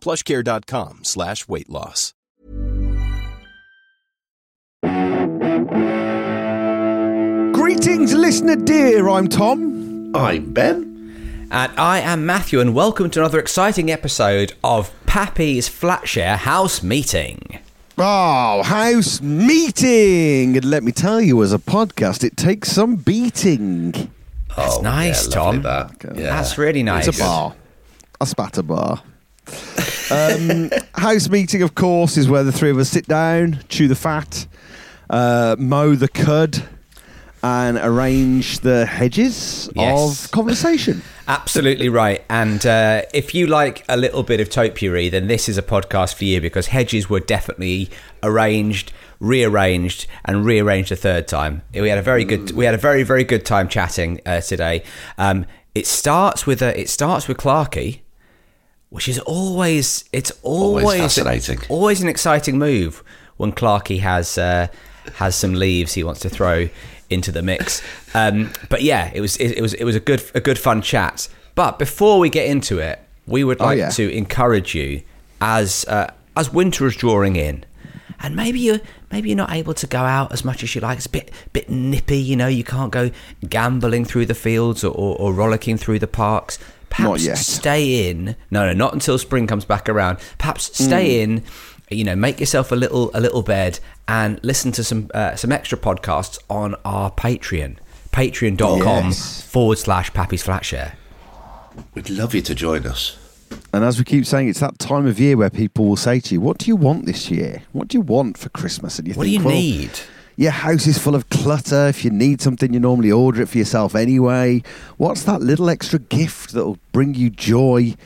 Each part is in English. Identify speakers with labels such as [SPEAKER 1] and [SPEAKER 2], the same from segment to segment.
[SPEAKER 1] Plushcare.com slash weight loss.
[SPEAKER 2] Greetings, listener dear. I'm Tom.
[SPEAKER 3] I'm Ben.
[SPEAKER 4] And I am Matthew, and welcome to another exciting episode of Pappy's Flatshare House Meeting.
[SPEAKER 2] Oh, house meeting. And let me tell you, as a podcast, it takes some beating.
[SPEAKER 4] That's nice, Tom.
[SPEAKER 3] Oh, That. Yeah.
[SPEAKER 4] That's really nice.
[SPEAKER 2] It's a bar. I spat a bar. um, house meeting, of course, is where the three of us sit down, chew the fat, uh, mow the cud, and arrange the hedges
[SPEAKER 4] Yes.
[SPEAKER 2] of conversation.
[SPEAKER 4] Absolutely right. And uh, if you like a little bit of topiary, then this is a podcast for you because hedges were definitely arranged, rearranged, and rearranged a third time. We had a very good, we had a very very good time chatting uh, today. Um, it starts with a, it starts with Clarkey, which is always it's always,
[SPEAKER 3] fascinating.
[SPEAKER 4] always an exciting move when Clarkey has uh, has some leaves he wants to throw into the mix. Um, but yeah, it was it, it was it was a good a good fun chat. But before we get into it, we would like
[SPEAKER 2] yeah.
[SPEAKER 4] to encourage you as uh, as winter is drawing in, and maybe you maybe you're not able to go out as much as you like. It's a bit bit nippy, you know. You can't go gambling through the fields or, or, or rollicking through the parks. Perhaps
[SPEAKER 2] yet.
[SPEAKER 4] stay in. No, no, not until spring comes back around. Perhaps stay
[SPEAKER 2] Mm.
[SPEAKER 4] in. You know, make yourself a little a little bed and listen to some uh, some extra podcasts on our Patreon, patreon.com
[SPEAKER 2] Yes.
[SPEAKER 4] forward slash Pappy's Flatshare.
[SPEAKER 3] We'd love you to join us.
[SPEAKER 2] And as we keep saying, it's that time of year where people will say to you, What do you want this year? What do you want for Christmas? And you
[SPEAKER 4] What do
[SPEAKER 2] think,
[SPEAKER 4] you
[SPEAKER 2] "Well,
[SPEAKER 4] need?
[SPEAKER 2] Your house is full of clutter. If you need something, you normally order it for yourself anyway. What's that little extra gift that'll bring you joy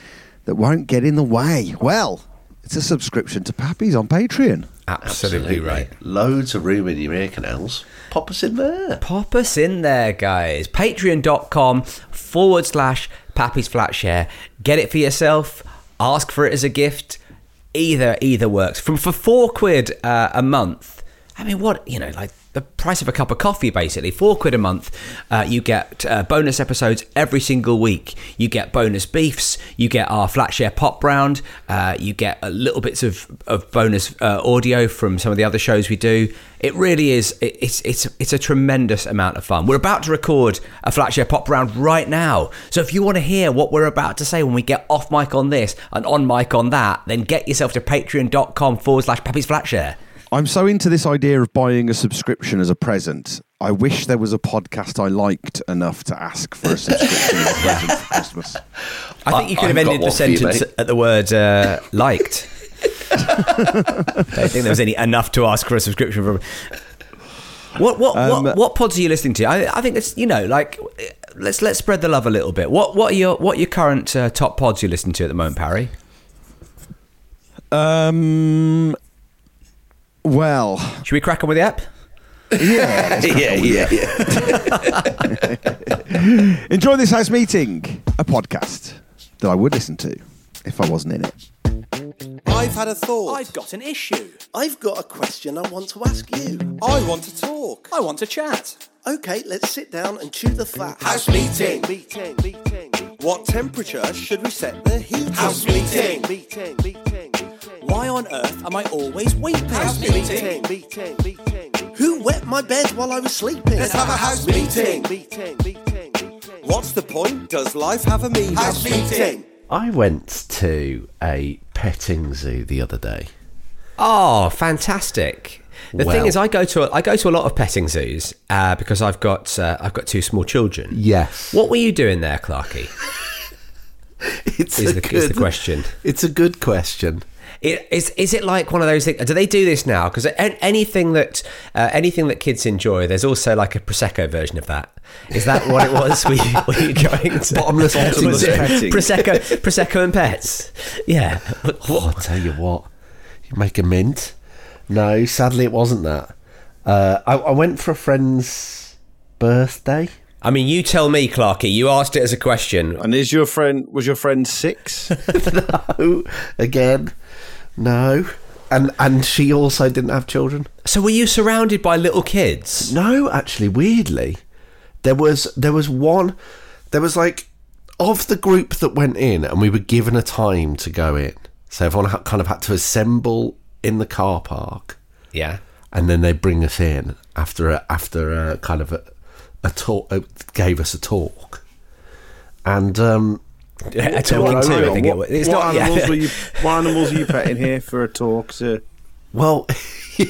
[SPEAKER 2] that won't get in the way? Well, it's a subscription to Pappy's on Patreon.
[SPEAKER 4] Absolutely right.
[SPEAKER 3] Loads of room in your ear canals. Pop us in there.
[SPEAKER 4] Pop us in there, guys. Patreon.com forward slash Pappy's Flat Share. Get it for yourself. Ask for it as a gift. Either either works. From for four quid uh, a month. I mean, what you know, like the price of a cup of coffee, basically. Four quid a month. Uh, you get uh, bonus episodes every single week. You get bonus beefs. You get our flat share pop round. Uh, you get a little bits of of bonus uh, audio from some of the other shows we do. It really is. It, it's it's it's a tremendous amount of fun. We're about to record a flat share pop round right now. So if you want to hear what we're about to say when we get off mic on this and on mic on that, then get yourself to patreon.com forward slash Peppy's flat share.
[SPEAKER 2] I'm so into this idea of buying a subscription as a present. I wish there was a podcast I liked enough to ask for a subscription as a present for Christmas.
[SPEAKER 4] I think you could
[SPEAKER 3] I've
[SPEAKER 4] have
[SPEAKER 3] got
[SPEAKER 4] ended the
[SPEAKER 3] one for you,
[SPEAKER 4] sentence
[SPEAKER 3] mate.
[SPEAKER 4] at the word uh, liked. Don't think there was any enough to ask for a subscription from. What what,
[SPEAKER 3] Um,
[SPEAKER 4] what what pods are you listening to? I, I think it's you know like let's let's spread the love a little bit. What what are your what are your current uh, top pods you listen to at the moment, Parry?
[SPEAKER 2] Um, well,
[SPEAKER 4] Should we crack on with the app?
[SPEAKER 2] yeah.
[SPEAKER 3] yeah, yeah, yeah.
[SPEAKER 2] Enjoy this house meeting, a podcast that I would listen to if I wasn't in it.
[SPEAKER 5] I've had a thought.
[SPEAKER 6] got an issue.
[SPEAKER 5] I've got a question I want to ask you.
[SPEAKER 6] I want to talk. I want to chat.
[SPEAKER 5] Okay, let's sit down and chew the fat.
[SPEAKER 6] House meeting.
[SPEAKER 5] Meeting. Meeting.
[SPEAKER 6] What temperature should we set the heat?
[SPEAKER 5] House
[SPEAKER 6] to?
[SPEAKER 5] meeting. Meeting. Meeting.
[SPEAKER 6] Why on earth am I always weeping? House
[SPEAKER 5] Meeting. Meeting. Meeting. Who wet my bed while I was sleeping?
[SPEAKER 6] Let's have a house meeting.
[SPEAKER 5] Meeting. Meeting. Meeting.
[SPEAKER 6] What's the point? Does life have a meaning?
[SPEAKER 5] House meeting.
[SPEAKER 3] I went to a petting zoo the other day.
[SPEAKER 4] Oh, fantastic! The
[SPEAKER 3] Well.
[SPEAKER 4] thing is, I go to a, I go to a lot of petting zoos uh, because I've got uh, I've got two small children.
[SPEAKER 3] Yes.
[SPEAKER 4] What were you doing there, Clarky?
[SPEAKER 3] It's
[SPEAKER 4] Is
[SPEAKER 3] a
[SPEAKER 4] the,
[SPEAKER 3] good,
[SPEAKER 4] is the question.
[SPEAKER 3] It's a good question.
[SPEAKER 4] It, is is it like one of those things? Do they do this now? Because anything that uh, anything that kids enjoy, there's also like a prosecco version of that. Is that what it was? were, you, were you going to
[SPEAKER 3] Bottomless
[SPEAKER 4] Was it
[SPEAKER 3] petting.
[SPEAKER 4] prosecco, prosecco and pets? Yeah. What-
[SPEAKER 3] I'll tell you what.
[SPEAKER 5] make a mint. No, sadly, it wasn't that. Uh, I, I went for a friend's birthday.
[SPEAKER 4] I mean, you tell me, Clarky. You asked it as a question.
[SPEAKER 7] And is your friend was your friend six?
[SPEAKER 5] no, again, no. And and she also didn't have children.
[SPEAKER 4] So, were you surrounded by little kids?
[SPEAKER 5] No, actually, weirdly, there was there was one, there was like of the group that went in, and we were given a time to go in, so everyone ha- kind of had to assemble in the car park,
[SPEAKER 4] Yeah.
[SPEAKER 5] and then they bring us in after a, after a kind of a, a talk uh, gave us a talk, and um,
[SPEAKER 4] A talking
[SPEAKER 7] Hang
[SPEAKER 4] to, I
[SPEAKER 7] on,
[SPEAKER 4] think
[SPEAKER 7] what,
[SPEAKER 4] it was. It's
[SPEAKER 7] what
[SPEAKER 4] not,
[SPEAKER 7] animals
[SPEAKER 4] yeah.
[SPEAKER 7] were you? What animals were you petting here for a talk? To
[SPEAKER 5] well, a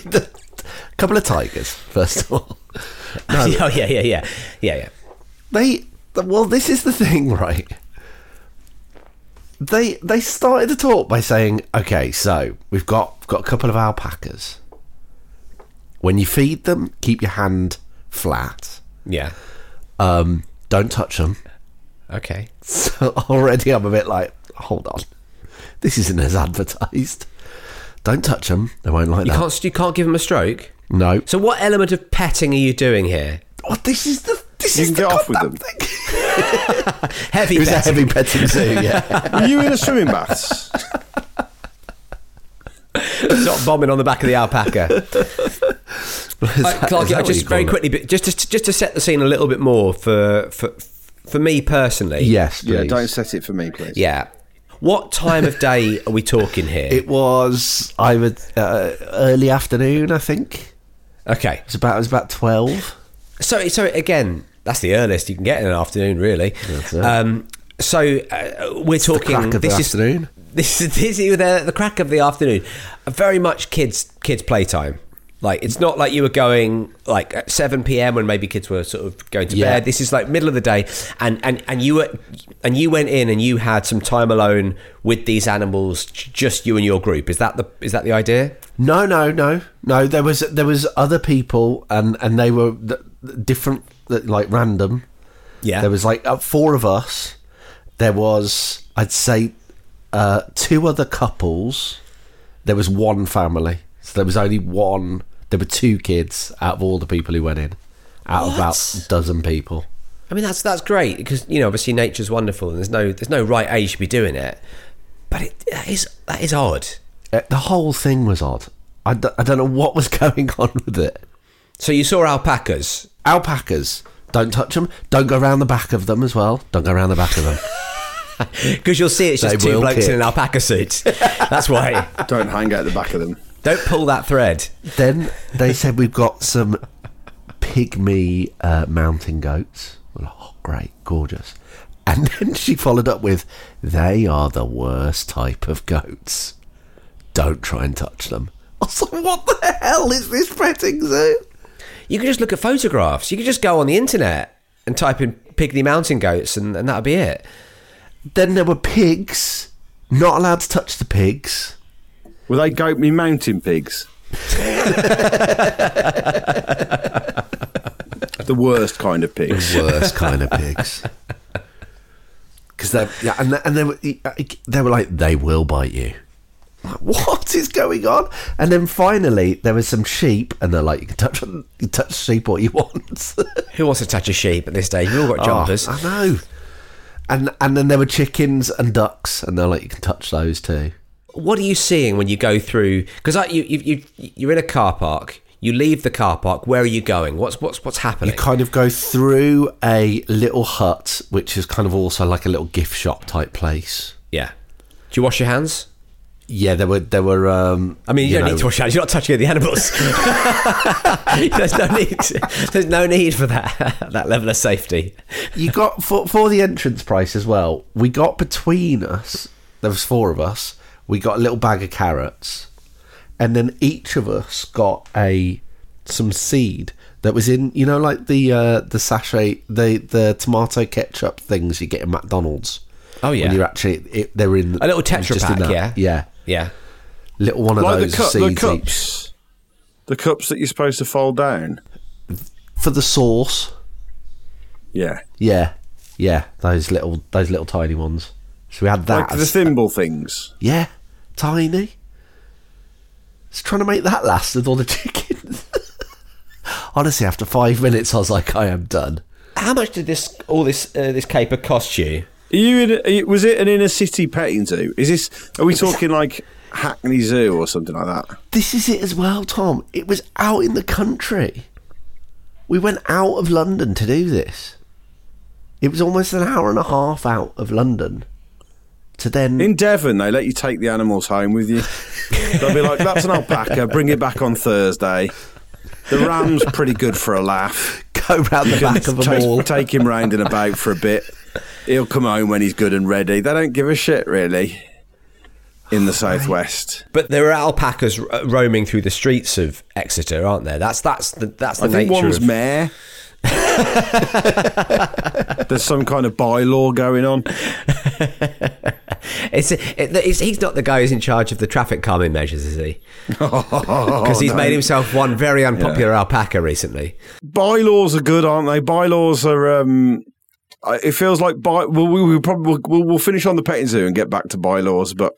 [SPEAKER 5] couple of tigers first of all.
[SPEAKER 4] oh, yeah, yeah, yeah. Yeah, yeah.
[SPEAKER 5] they well this is the thing right they they started the talk by saying okay so we've got we've got a couple of alpacas when you feed them keep your hand flat
[SPEAKER 4] Yeah.
[SPEAKER 5] um don't touch them
[SPEAKER 4] Okay.
[SPEAKER 5] so already i'm a bit like hold on this isn't as advertised don't touch them they won't like
[SPEAKER 4] You
[SPEAKER 5] that
[SPEAKER 4] can't. You can't give them a stroke.
[SPEAKER 5] no
[SPEAKER 4] So, what element of petting are you doing here?
[SPEAKER 5] oh, this is the this
[SPEAKER 7] You
[SPEAKER 5] is
[SPEAKER 7] can
[SPEAKER 5] the
[SPEAKER 7] get off with
[SPEAKER 5] goddamn
[SPEAKER 7] them.
[SPEAKER 5] thing.
[SPEAKER 4] Heavy
[SPEAKER 5] it was a
[SPEAKER 4] petting.
[SPEAKER 5] heavy petting zoo yeah
[SPEAKER 7] were you in a swimming bath?
[SPEAKER 4] Stop bombing on the back of the alpaca.
[SPEAKER 5] Is that-
[SPEAKER 4] I, Clark,
[SPEAKER 5] is that
[SPEAKER 4] I
[SPEAKER 5] what you
[SPEAKER 4] just very
[SPEAKER 5] call it?
[SPEAKER 4] quickly, but just to, just to set the scene a little bit more for for for me personally.
[SPEAKER 5] yes
[SPEAKER 7] yeah,
[SPEAKER 5] please.
[SPEAKER 7] don't set it for me, please.
[SPEAKER 4] Yeah. What time of day are we talking here?
[SPEAKER 5] It was I would uh, early afternoon, I think.
[SPEAKER 4] okay.
[SPEAKER 5] It's about it was about twelve.
[SPEAKER 4] So so again, that's the earliest you can get in an afternoon, really.
[SPEAKER 5] it.
[SPEAKER 4] Um, so uh, we're talking.
[SPEAKER 5] crack of the
[SPEAKER 4] this is
[SPEAKER 5] afternoon.
[SPEAKER 4] This is this is the, the crack of the afternoon. Very much kids kids playtime. Like it's not like you were going like at seven p.m. when maybe kids were sort of going to
[SPEAKER 5] Yeah.
[SPEAKER 4] bed. This is like middle of the day, and and and you were and you went in and you had some time alone with these animals, j- just you and your group. Is that the is that the idea?
[SPEAKER 5] No, no, no, no. There was there was other people, and and they were th- th- different, th- like random.
[SPEAKER 4] Yeah,
[SPEAKER 5] There was like uh, four of us. There was I'd say uh, two other couples. There was one family, so there was only one. There were two kids out of all the people who went in, out of about a dozen people.
[SPEAKER 4] I mean that's that's great because you know obviously nature's wonderful and there's no there's no right age to be doing it, but it that is that is odd.
[SPEAKER 5] Uh, the whole thing was odd. I, d- I don't know what was going on with it.
[SPEAKER 4] So you saw alpacas.
[SPEAKER 5] Alpacas, don't touch them. Don't go around the back of them as well. Don't go around the back of them.
[SPEAKER 4] Because you'll see it's
[SPEAKER 5] They
[SPEAKER 4] just two
[SPEAKER 5] will
[SPEAKER 4] blokes
[SPEAKER 5] kick.
[SPEAKER 4] in an alpaca suit. That's why.
[SPEAKER 7] Don't hang out the back of them.
[SPEAKER 4] Don't pull that thread.
[SPEAKER 5] then they said we've got some pygmy uh, mountain goats. Well, oh, great, gorgeous. And then she followed up with, "They are the worst type of goats. Don't try and touch them." I was like, "What the hell is this petting zoo?"
[SPEAKER 4] You can just look at photographs. You can just go on the internet and type in Pigney Mountain Goats and, and that'll be it.
[SPEAKER 5] Then there were pigs. Not allowed to touch the pigs.
[SPEAKER 7] Will they goat me mountain pigs? the worst kind of pigs.
[SPEAKER 5] worst kind of pigs. Because they, yeah, and they- and they were uh, they were like they will bite you. Like, what is going on? And then finally, there was some sheep, and they're like, you can touch you can touch sheep all you want.
[SPEAKER 4] Who wants to touch a sheep at this stage? We've all got jumpers.
[SPEAKER 5] Oh, I know. And and then there were chickens and ducks, and they're like, you can touch those too.
[SPEAKER 4] What are you seeing when you go through? Because you, you, you, you're in a car park. You leave the car park. Where are you going? What's what's what's happening?
[SPEAKER 5] You kind of go through a little hut, which is kind of also like a little gift shop type place.
[SPEAKER 4] yeah. Do you wash your hands?
[SPEAKER 5] Yeah, there were there were. Um,
[SPEAKER 4] I mean, you, don't
[SPEAKER 5] know,
[SPEAKER 4] need to wash your hands. You're not touching the animals. there's no need. There's no need for that. That level of safety.
[SPEAKER 5] you got for for the entrance price as well. We got between us. There was four of us. We got a little bag of carrots, and then each of us got a some seed that was in you know like the uh, the sachet the the tomato ketchup things you get in McDonald's.
[SPEAKER 4] Oh, yeah.
[SPEAKER 5] when you're actually it, they're in
[SPEAKER 4] A little
[SPEAKER 5] it was
[SPEAKER 4] Tetra
[SPEAKER 5] just in
[SPEAKER 4] Pak,
[SPEAKER 5] that.
[SPEAKER 4] yeah.
[SPEAKER 5] yeah,
[SPEAKER 4] Yeah.
[SPEAKER 5] little one of
[SPEAKER 7] Like
[SPEAKER 5] those
[SPEAKER 7] the, cup, the
[SPEAKER 5] seeds each.
[SPEAKER 7] cups. The cups that you're supposed to fold down.
[SPEAKER 5] for the sauce.
[SPEAKER 7] Yeah.
[SPEAKER 5] Yeah, yeah, those little those little tiny ones. So we had that.
[SPEAKER 7] Like the
[SPEAKER 5] as-
[SPEAKER 7] thimble things.
[SPEAKER 5] Yeah, tiny.
[SPEAKER 3] It's trying to make that last with all the chicken. Honestly, after five minutes, I was like, I am done.
[SPEAKER 4] How much did this all this uh, this caper cost you?
[SPEAKER 8] Are you in, are you- was it an inner city petting zoo? Is this? Are we talking like Hackney Zoo or something like that?
[SPEAKER 3] This is it as well, Tom. It was out in the country. We went out of London to do this. It was almost an hour and a half out of London to then.
[SPEAKER 8] In Devon, they let you take the animals home with you. They'll be like, "That's an alpaca. Bring it back on Thursday." The ram's pretty good for a laugh.
[SPEAKER 3] go round the back of a
[SPEAKER 8] Take-
[SPEAKER 3] mall.
[SPEAKER 8] Take him round and about for a bit. He'll come home when he's good and ready. They don't give a shit really. In the southwest,
[SPEAKER 4] But there are alpacas r- uh, roaming through the streets of Exeter, aren't there? That's that's the that's the
[SPEAKER 8] I think
[SPEAKER 4] nature
[SPEAKER 8] one's
[SPEAKER 4] of
[SPEAKER 8] mayor. There's some kind of bylaw going on.
[SPEAKER 4] It's, it, it's, he's not the guy who's in charge of the traffic calming measures, is he? Because he's made himself one very unpopular alpaca recently.
[SPEAKER 8] bylaws are good, aren't they? Bylaws are. Um, I- it feels like by, well, we, we probably we'll- we'll, we'll finish on the petting zoo and get back to bylaws, but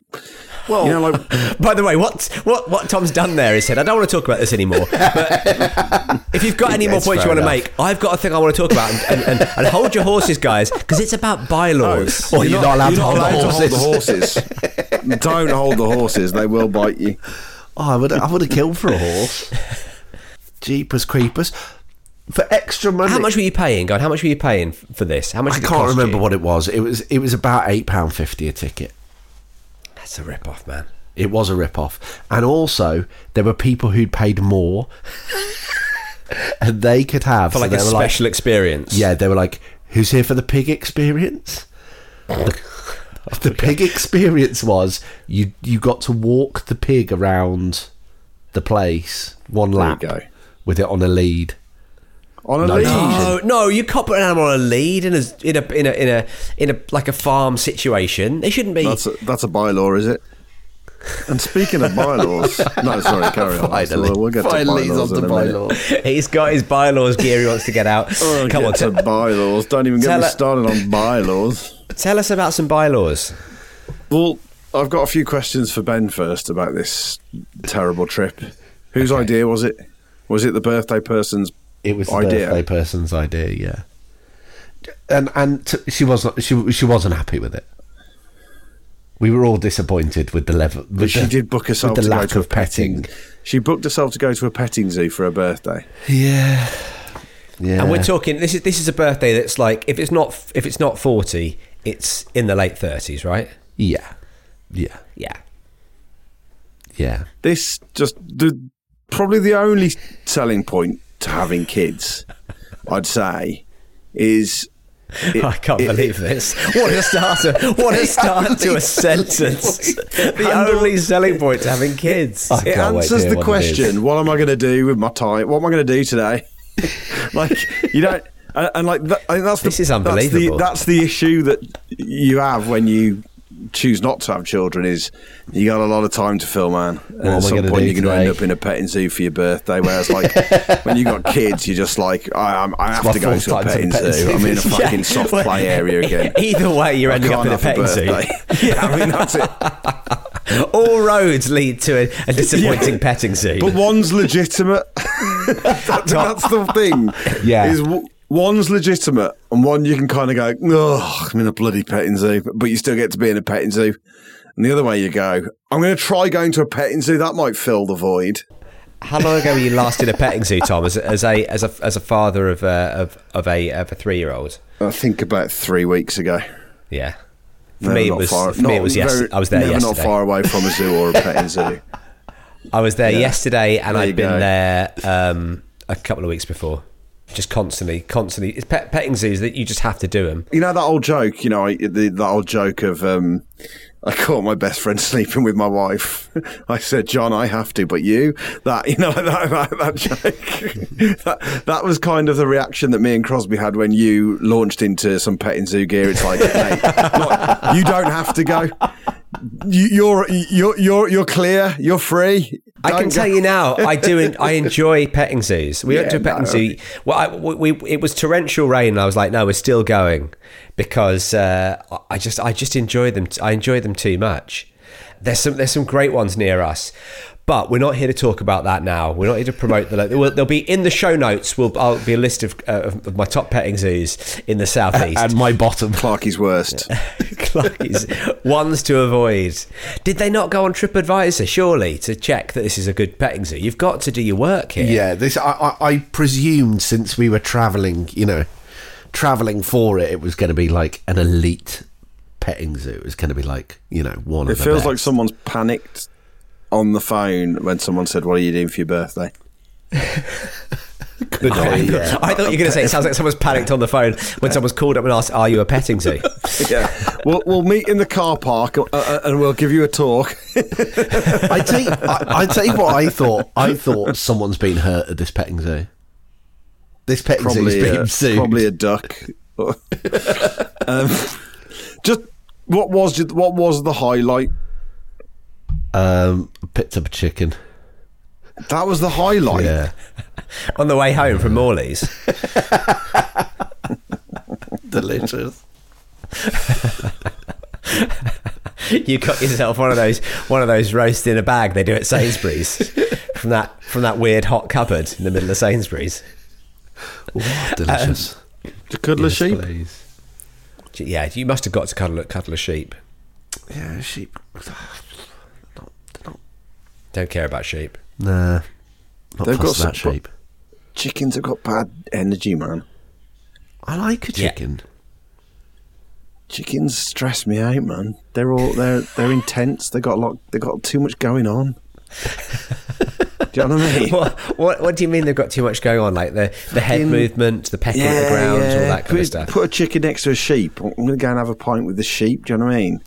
[SPEAKER 8] well, you know, like
[SPEAKER 4] By the way, what what what Tom's done there is said, I don't want to talk about this anymore. But if you've got any more
[SPEAKER 3] It's
[SPEAKER 4] points you
[SPEAKER 3] fair
[SPEAKER 4] want to
[SPEAKER 3] enough.
[SPEAKER 4] make, I've got a thing I want to talk about, and, and, and, and hold your horses, guys, because it's about bylaws.
[SPEAKER 3] Or you're not allowed to hold the
[SPEAKER 8] the horses. don't hold the horses; they will bite you.
[SPEAKER 3] Oh, I would, I would have killed for a horse. Jeepers creepers. For extra money.
[SPEAKER 4] How much were you paying, God? How much were you paying f- for this? How much?
[SPEAKER 3] I
[SPEAKER 4] did it
[SPEAKER 3] can't
[SPEAKER 4] cost
[SPEAKER 3] remember
[SPEAKER 4] you?
[SPEAKER 3] what it was. It was it was about eight pound fifty a ticket.
[SPEAKER 4] That's a rip off, man.
[SPEAKER 3] It was a rip off, and also there were people who'd paid more, and they could have
[SPEAKER 4] For
[SPEAKER 3] so
[SPEAKER 4] like
[SPEAKER 3] they
[SPEAKER 4] a
[SPEAKER 3] were
[SPEAKER 4] special experience.
[SPEAKER 3] yeah, they were like, "Who's here for the pig experience?" the pig experience was you you got to walk the pig around the place one
[SPEAKER 8] you
[SPEAKER 3] lap
[SPEAKER 8] go.
[SPEAKER 3] with it on a lead.
[SPEAKER 8] On a
[SPEAKER 3] No,
[SPEAKER 8] lead,
[SPEAKER 4] No, no, you can't put an animal on a lead in a in a in a in a, in a like a farm situation. They shouldn't be.
[SPEAKER 8] that's a, that's a bylaw, is it? And speaking of bylaws, no, sorry, carry on.
[SPEAKER 3] Finally.
[SPEAKER 8] we'll get
[SPEAKER 3] Finally,
[SPEAKER 8] to
[SPEAKER 3] he's
[SPEAKER 8] bylaws
[SPEAKER 3] on
[SPEAKER 8] in
[SPEAKER 3] to
[SPEAKER 8] a minute.
[SPEAKER 3] bylaws.
[SPEAKER 4] He's got his bylaws gear. He wants to get out.
[SPEAKER 8] Oh,
[SPEAKER 4] Come on,
[SPEAKER 8] get
[SPEAKER 4] t-
[SPEAKER 8] to bylaws. Don't even get
[SPEAKER 4] Tell
[SPEAKER 8] me
[SPEAKER 4] her-
[SPEAKER 8] started on bylaws.
[SPEAKER 4] tell us about some bylaws.
[SPEAKER 8] Well, I've got a few questions for Ben first about this terrible trip. Whose idea was it? Was it the birthday person's
[SPEAKER 3] It was the
[SPEAKER 8] idea?
[SPEAKER 3] birthday person's idea, yeah. And and t- she was not she she wasn't happy with it. We were all disappointed with the level. With
[SPEAKER 8] But she
[SPEAKER 3] the-
[SPEAKER 8] did book herself
[SPEAKER 3] with the
[SPEAKER 8] to go
[SPEAKER 3] lack
[SPEAKER 8] to a
[SPEAKER 3] of petting.
[SPEAKER 8] petting. She booked herself to go to a petting zoo for her birthday.
[SPEAKER 3] Yeah, yeah.
[SPEAKER 4] And we're talking. This is this is a birthday that's like if it's not if it's not forty, it's in the late thirties, right?
[SPEAKER 3] yeah, yeah,
[SPEAKER 4] Yeah.
[SPEAKER 3] yeah.
[SPEAKER 8] This just the probably the only selling point to having kids, I'd say, is it-
[SPEAKER 4] I can't
[SPEAKER 8] it-
[SPEAKER 4] believe this. What a starter! What a start to a sentence. The only selling point to having kids.
[SPEAKER 3] I
[SPEAKER 8] It
[SPEAKER 3] can't wait to
[SPEAKER 8] answers
[SPEAKER 3] hear
[SPEAKER 8] the
[SPEAKER 3] what it is.
[SPEAKER 8] question: What am I going to do with my time? What am I going to do today? like you don't, and, and like that, I think that's the,
[SPEAKER 4] This is
[SPEAKER 8] That's the,
[SPEAKER 4] unbelievable.
[SPEAKER 8] that's the issue that you have when you choose not to have children is you got a lot of time to fill, man. And
[SPEAKER 3] am I
[SPEAKER 8] at some
[SPEAKER 3] gonna
[SPEAKER 8] point,
[SPEAKER 3] do
[SPEAKER 8] you're going to end
[SPEAKER 3] today?
[SPEAKER 8] up in a petting zoo for your birthday. Whereas, like when you got kids, you're just like, I, I'm, I
[SPEAKER 3] my
[SPEAKER 8] have to go
[SPEAKER 3] fourth
[SPEAKER 8] to a
[SPEAKER 3] time to the
[SPEAKER 8] petting
[SPEAKER 3] petting
[SPEAKER 8] zoo.
[SPEAKER 3] zoo.
[SPEAKER 8] I'm in a
[SPEAKER 4] Yeah.
[SPEAKER 8] fucking soft
[SPEAKER 4] Well,
[SPEAKER 8] play area again.
[SPEAKER 4] Either way, you're
[SPEAKER 8] I
[SPEAKER 4] ending up
[SPEAKER 8] can't
[SPEAKER 4] in a
[SPEAKER 8] have
[SPEAKER 4] petting zoo.
[SPEAKER 8] birthday. yeah, I mean that's it.
[SPEAKER 4] All roads lead to a, a disappointing petting zoo.
[SPEAKER 8] But one's legitimate. That- that's the thing.
[SPEAKER 3] Yeah.
[SPEAKER 8] Is w- one's legitimate and one you can kind of go, oh, I'm in a bloody petting zoo, but you still get to be in a petting zoo. And the other way you go, I'm going to try going to a petting zoo. That might fill the void.
[SPEAKER 4] How long ago were you last in a petting zoo, Tom? As, as a as a as a father of a of, of a of a three year old?
[SPEAKER 8] I think about three weeks ago.
[SPEAKER 4] Yeah. For
[SPEAKER 8] Never
[SPEAKER 4] me, it
[SPEAKER 8] not
[SPEAKER 4] was
[SPEAKER 8] far-
[SPEAKER 4] for me it
[SPEAKER 8] not
[SPEAKER 4] was yes.
[SPEAKER 8] very-
[SPEAKER 4] I was there
[SPEAKER 8] never
[SPEAKER 4] yesterday.
[SPEAKER 8] not far away from a zoo or a petting zoo.
[SPEAKER 4] I was there yesterday, and
[SPEAKER 8] There
[SPEAKER 4] I'd
[SPEAKER 8] you
[SPEAKER 4] been
[SPEAKER 8] go.
[SPEAKER 4] there um, a couple of weeks before. Just constantly, constantly. It's pet, petting zoos that you just have to do them.
[SPEAKER 8] You know that old joke. You know I, the, that old joke of um, I caught my best friend sleeping with my wife. I said, "John, I have to, but you." That you know that that, that joke. that, that was kind of the reaction that me and Crosby had when you launched into some petting zoo gear. It's like, mate, not- you don't have to go. You, you're you're you're you're clear. You're free.
[SPEAKER 4] I can
[SPEAKER 8] Don't
[SPEAKER 4] tell
[SPEAKER 8] go."
[SPEAKER 4] you now, I do. en- I enjoy petting zoos. We went to
[SPEAKER 8] Yeah,
[SPEAKER 4] a petting
[SPEAKER 8] no.
[SPEAKER 4] zoo. Well, I, we, we- it was torrential rain, and I was like, "No, we're still going," because uh, I- I just, I just enjoy them. I enjoy them too much. There's some, there's some great ones near us, But we're not here to talk about that now. We're not here to promote the. Lo- there will- there'll be in the show notes. Will I'll be a list of, uh, of of my top petting zoos in the southeast.
[SPEAKER 5] and my bottom.
[SPEAKER 8] Clarky's worst.
[SPEAKER 4] Clarkies, ones to avoid. Did they not go on TripAdvisor? Surely to check that this is a good petting zoo. You've got to do your work here.
[SPEAKER 5] Yeah, this I, I, I presumed since we were traveling, you know, traveling for it, it was going to be like an elite petting zoo. It was going to be like you know one
[SPEAKER 8] It
[SPEAKER 5] of the
[SPEAKER 8] feels like
[SPEAKER 5] best.
[SPEAKER 8] someone's panicked on the phone when someone said, "What are you doing for your birthday?" Good
[SPEAKER 4] I
[SPEAKER 8] idea.
[SPEAKER 4] thought, I thought you were going to say it sounds like someone's panicked on the phone when someone's called up and asked, "Are you a petting zoo?"
[SPEAKER 8] yeah. We'll, we'll meet in the car park uh, uh, and we'll give you a talk.
[SPEAKER 5] I tell you, I, I tell you what I thought. I thought someone's been hurt at this petting zoo. This petting zoo's
[SPEAKER 8] probably,
[SPEAKER 5] been
[SPEAKER 8] a,
[SPEAKER 5] sued.
[SPEAKER 8] probably a duck. um, just what was your- what was the highlight?
[SPEAKER 5] um, picked up a chicken.
[SPEAKER 8] That was the highlight.
[SPEAKER 5] Yeah,
[SPEAKER 4] on the way home from Morley's.
[SPEAKER 5] delicious.
[SPEAKER 4] you got yourself one of those one of those roast in a bag they do at Sainsbury's from that from that weird hot cupboard in the middle of Sainsbury's.
[SPEAKER 8] Um,
[SPEAKER 5] delicious.
[SPEAKER 8] To cuddle a
[SPEAKER 5] Yes,
[SPEAKER 8] sheep.
[SPEAKER 5] please.
[SPEAKER 4] Gee, Yeah, you must have got to cuddle a cuddle a sheep.
[SPEAKER 5] Yeah, sheep.
[SPEAKER 4] Don't care about sheep.
[SPEAKER 5] Nah, not
[SPEAKER 8] They've
[SPEAKER 5] They've
[SPEAKER 8] got
[SPEAKER 5] got that
[SPEAKER 8] some-
[SPEAKER 5] sheep.
[SPEAKER 8] Chickens have got bad energy, man.
[SPEAKER 5] I like a
[SPEAKER 4] Yeah.
[SPEAKER 5] chicken.
[SPEAKER 8] Chickens stress me out, man. They're all they're they're intense. They got a lot. They got too much going on. Do you know what I mean?
[SPEAKER 4] What, what what do you mean they've got too much going on? Like the the head
[SPEAKER 8] Fucking-
[SPEAKER 4] movement, the pecking at the ground, all that kind
[SPEAKER 8] put,
[SPEAKER 4] of stuff.
[SPEAKER 8] Put a chicken next to a sheep. I'm going to go and have a pint with the sheep. Do you know what I mean?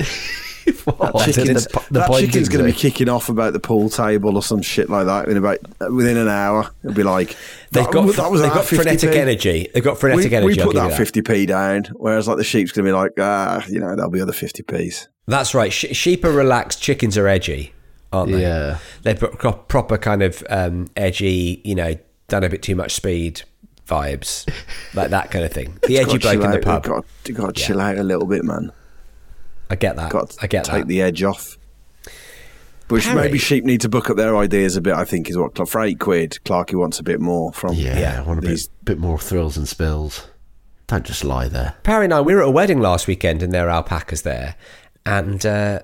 [SPEAKER 4] Oh,
[SPEAKER 5] That's in
[SPEAKER 8] Chicken's-
[SPEAKER 5] the- the
[SPEAKER 8] that
[SPEAKER 5] binding
[SPEAKER 8] chicken's going to be
[SPEAKER 5] zoo.
[SPEAKER 8] kicking off about the pool table or some shit like that in about uh, within an hour. It'll be like
[SPEAKER 4] They've
[SPEAKER 8] "That-
[SPEAKER 4] got
[SPEAKER 8] that was
[SPEAKER 4] they've
[SPEAKER 8] our
[SPEAKER 4] got
[SPEAKER 8] 50p."
[SPEAKER 4] frenetic energy. They've got frenetic
[SPEAKER 8] We, we
[SPEAKER 4] energy. I'll
[SPEAKER 8] put
[SPEAKER 4] give you
[SPEAKER 8] that fifty p down, whereas like the sheep's going to be like, ah, you know, there'll be other fifty p's.
[SPEAKER 4] That's right. Sh- sheep are relaxed. Chickens are edgy, aren't they?
[SPEAKER 5] Yeah.
[SPEAKER 4] they're pro- pro- proper kind of um, edgy. You know, done a bit too much speed vibes, like that kind of thing. The edgy bloke in the pub.
[SPEAKER 8] Got, you got to chill out a little bit, man.
[SPEAKER 4] I get that.
[SPEAKER 8] Got to
[SPEAKER 4] I get
[SPEAKER 8] take
[SPEAKER 4] that.
[SPEAKER 8] the edge off. Which
[SPEAKER 4] Harry.
[SPEAKER 8] maybe sheep need to book up their ideas a bit. I think is what Cla- for eight quid, Clarky wants a bit more from.
[SPEAKER 5] Yeah, I want a
[SPEAKER 8] these-
[SPEAKER 5] bit, bit more thrills and spills. Don't just lie there.
[SPEAKER 4] Parry and I, we were at a wedding last weekend, and there are alpacas there, and uh,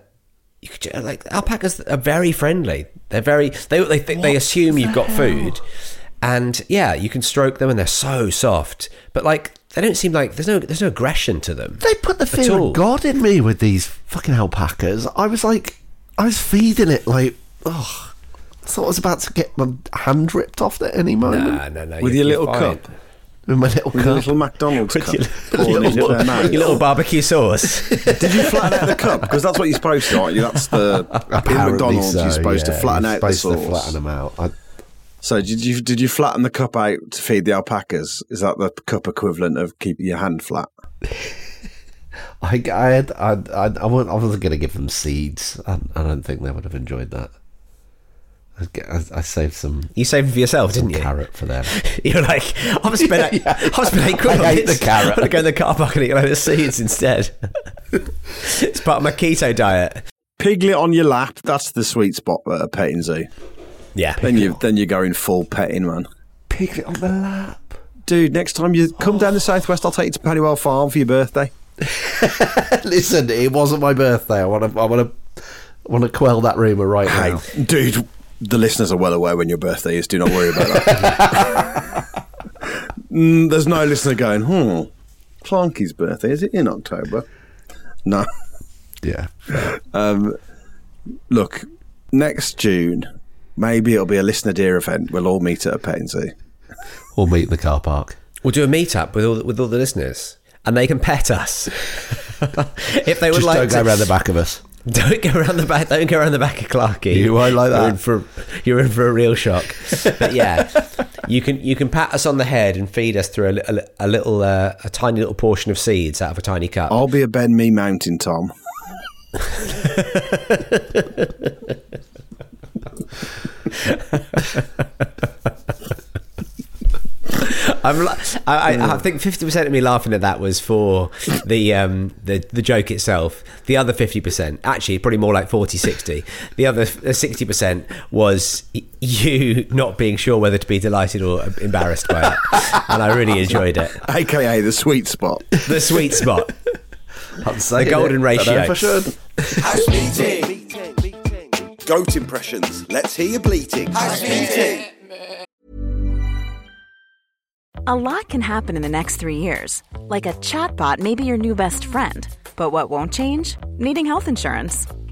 [SPEAKER 4] you could ju- like alpacas are very friendly. They're very they they think they assume you've got food, and yeah, you can stroke them, and they're so soft. But like they don't seem like there's no there's no aggression to them.
[SPEAKER 5] They put the
[SPEAKER 4] At
[SPEAKER 5] fear
[SPEAKER 4] all.
[SPEAKER 5] of God in me with these fucking alpacas. I was like, I was feeding it like, oh, I thought I was about to get my hand ripped off at any moment
[SPEAKER 4] Nah, no, no.
[SPEAKER 8] With
[SPEAKER 4] you're-
[SPEAKER 8] your
[SPEAKER 4] you're
[SPEAKER 8] little
[SPEAKER 4] fine.
[SPEAKER 8] cup.
[SPEAKER 5] with my little
[SPEAKER 8] With a
[SPEAKER 5] cup.
[SPEAKER 8] little McDonald's cup.
[SPEAKER 4] your
[SPEAKER 8] pouring into their mouth.
[SPEAKER 4] your little barbecue sauce.
[SPEAKER 8] Did you flatten out the cup? Because that's what you're supposed to, aren't you? That's the in
[SPEAKER 5] Apparently
[SPEAKER 8] McDonald's.
[SPEAKER 5] so,
[SPEAKER 8] you're supposed
[SPEAKER 5] yeah,
[SPEAKER 8] to flatten
[SPEAKER 5] you're
[SPEAKER 8] out the
[SPEAKER 5] supposed
[SPEAKER 8] sauce.
[SPEAKER 5] to flatten them out. I,
[SPEAKER 8] So did you did you flatten the cup out to feed the alpacas? Is that the cup equivalent of keeping your hand flat?
[SPEAKER 5] I, I, had, I, I, I wasn't, I wasn't going to give them seeds. I, I don't think they would have enjoyed that. I, get- I, I saved some
[SPEAKER 4] You saved them for yourself, didn't you?
[SPEAKER 5] carrot for them.
[SPEAKER 4] You're like, I've spent eight, I've spent eight quid
[SPEAKER 5] I
[SPEAKER 4] on
[SPEAKER 5] hate
[SPEAKER 4] this.
[SPEAKER 5] the carrot.
[SPEAKER 4] I'm gonna go in the car park and eat a load of seeds instead. it's part of my keto diet.
[SPEAKER 8] Piglet on your lap. That's the sweet spot at a petting zoo.
[SPEAKER 4] Yeah,
[SPEAKER 8] Then you then you're going full petting, man.
[SPEAKER 5] Piglet on the lap.
[SPEAKER 8] Dude, next time you come down the southwest, I'll take you to Pennywell Farm for your birthday.
[SPEAKER 5] Listen, it wasn't my birthday. I want to, I want to, I want to quell that rumor right now.
[SPEAKER 8] Hey, dude, the listeners are well aware when your birthday is. Do not worry about that. mm, there's no listener going, hmm, Clarky's birthday, is it in October? No.
[SPEAKER 5] Yeah,
[SPEAKER 8] Um, look, next June, maybe it'll be a listener deer event. We'll all meet at a petting zoo.
[SPEAKER 5] we'll meet in the car park.
[SPEAKER 4] we'll do a meetup with all the- with all the listeners, and they can pet us if they would
[SPEAKER 5] Just
[SPEAKER 4] like.
[SPEAKER 5] don't
[SPEAKER 4] to,
[SPEAKER 5] go around the back of us.
[SPEAKER 4] Don't go around the back. Don't go around the back of Clarky.
[SPEAKER 5] You won't like
[SPEAKER 4] You're
[SPEAKER 5] that.
[SPEAKER 4] in for you're in for a real shock. But yeah, you can you can pat us on the head and feed us through a, li- a, li- a little uh, a tiny little portion of seeds out of a tiny cup.
[SPEAKER 8] I'll be a Ben Me Mountain Tom.
[SPEAKER 4] I'm, la- I, I, I think fifty percent of me laughing at that was for the um, the the joke itself. The other 50%, actually, probably more like 40 60. The other f- uh, 60% was y- you not being sure whether to be delighted or embarrassed by it. And I really enjoyed it.
[SPEAKER 8] AKA the sweet spot.
[SPEAKER 4] The sweet spot,
[SPEAKER 3] I'm
[SPEAKER 4] the
[SPEAKER 3] saying
[SPEAKER 4] golden
[SPEAKER 3] it. Don't know if I
[SPEAKER 4] ratio.
[SPEAKER 3] should.
[SPEAKER 6] House meeting.
[SPEAKER 5] Meeting. Meeting.
[SPEAKER 6] Goat impressions. Let's hear you bleating. House meeting.
[SPEAKER 9] A lot can happen in the next three years. Like a chatbot may be your new best friend. But what won't change? Needing health insurance.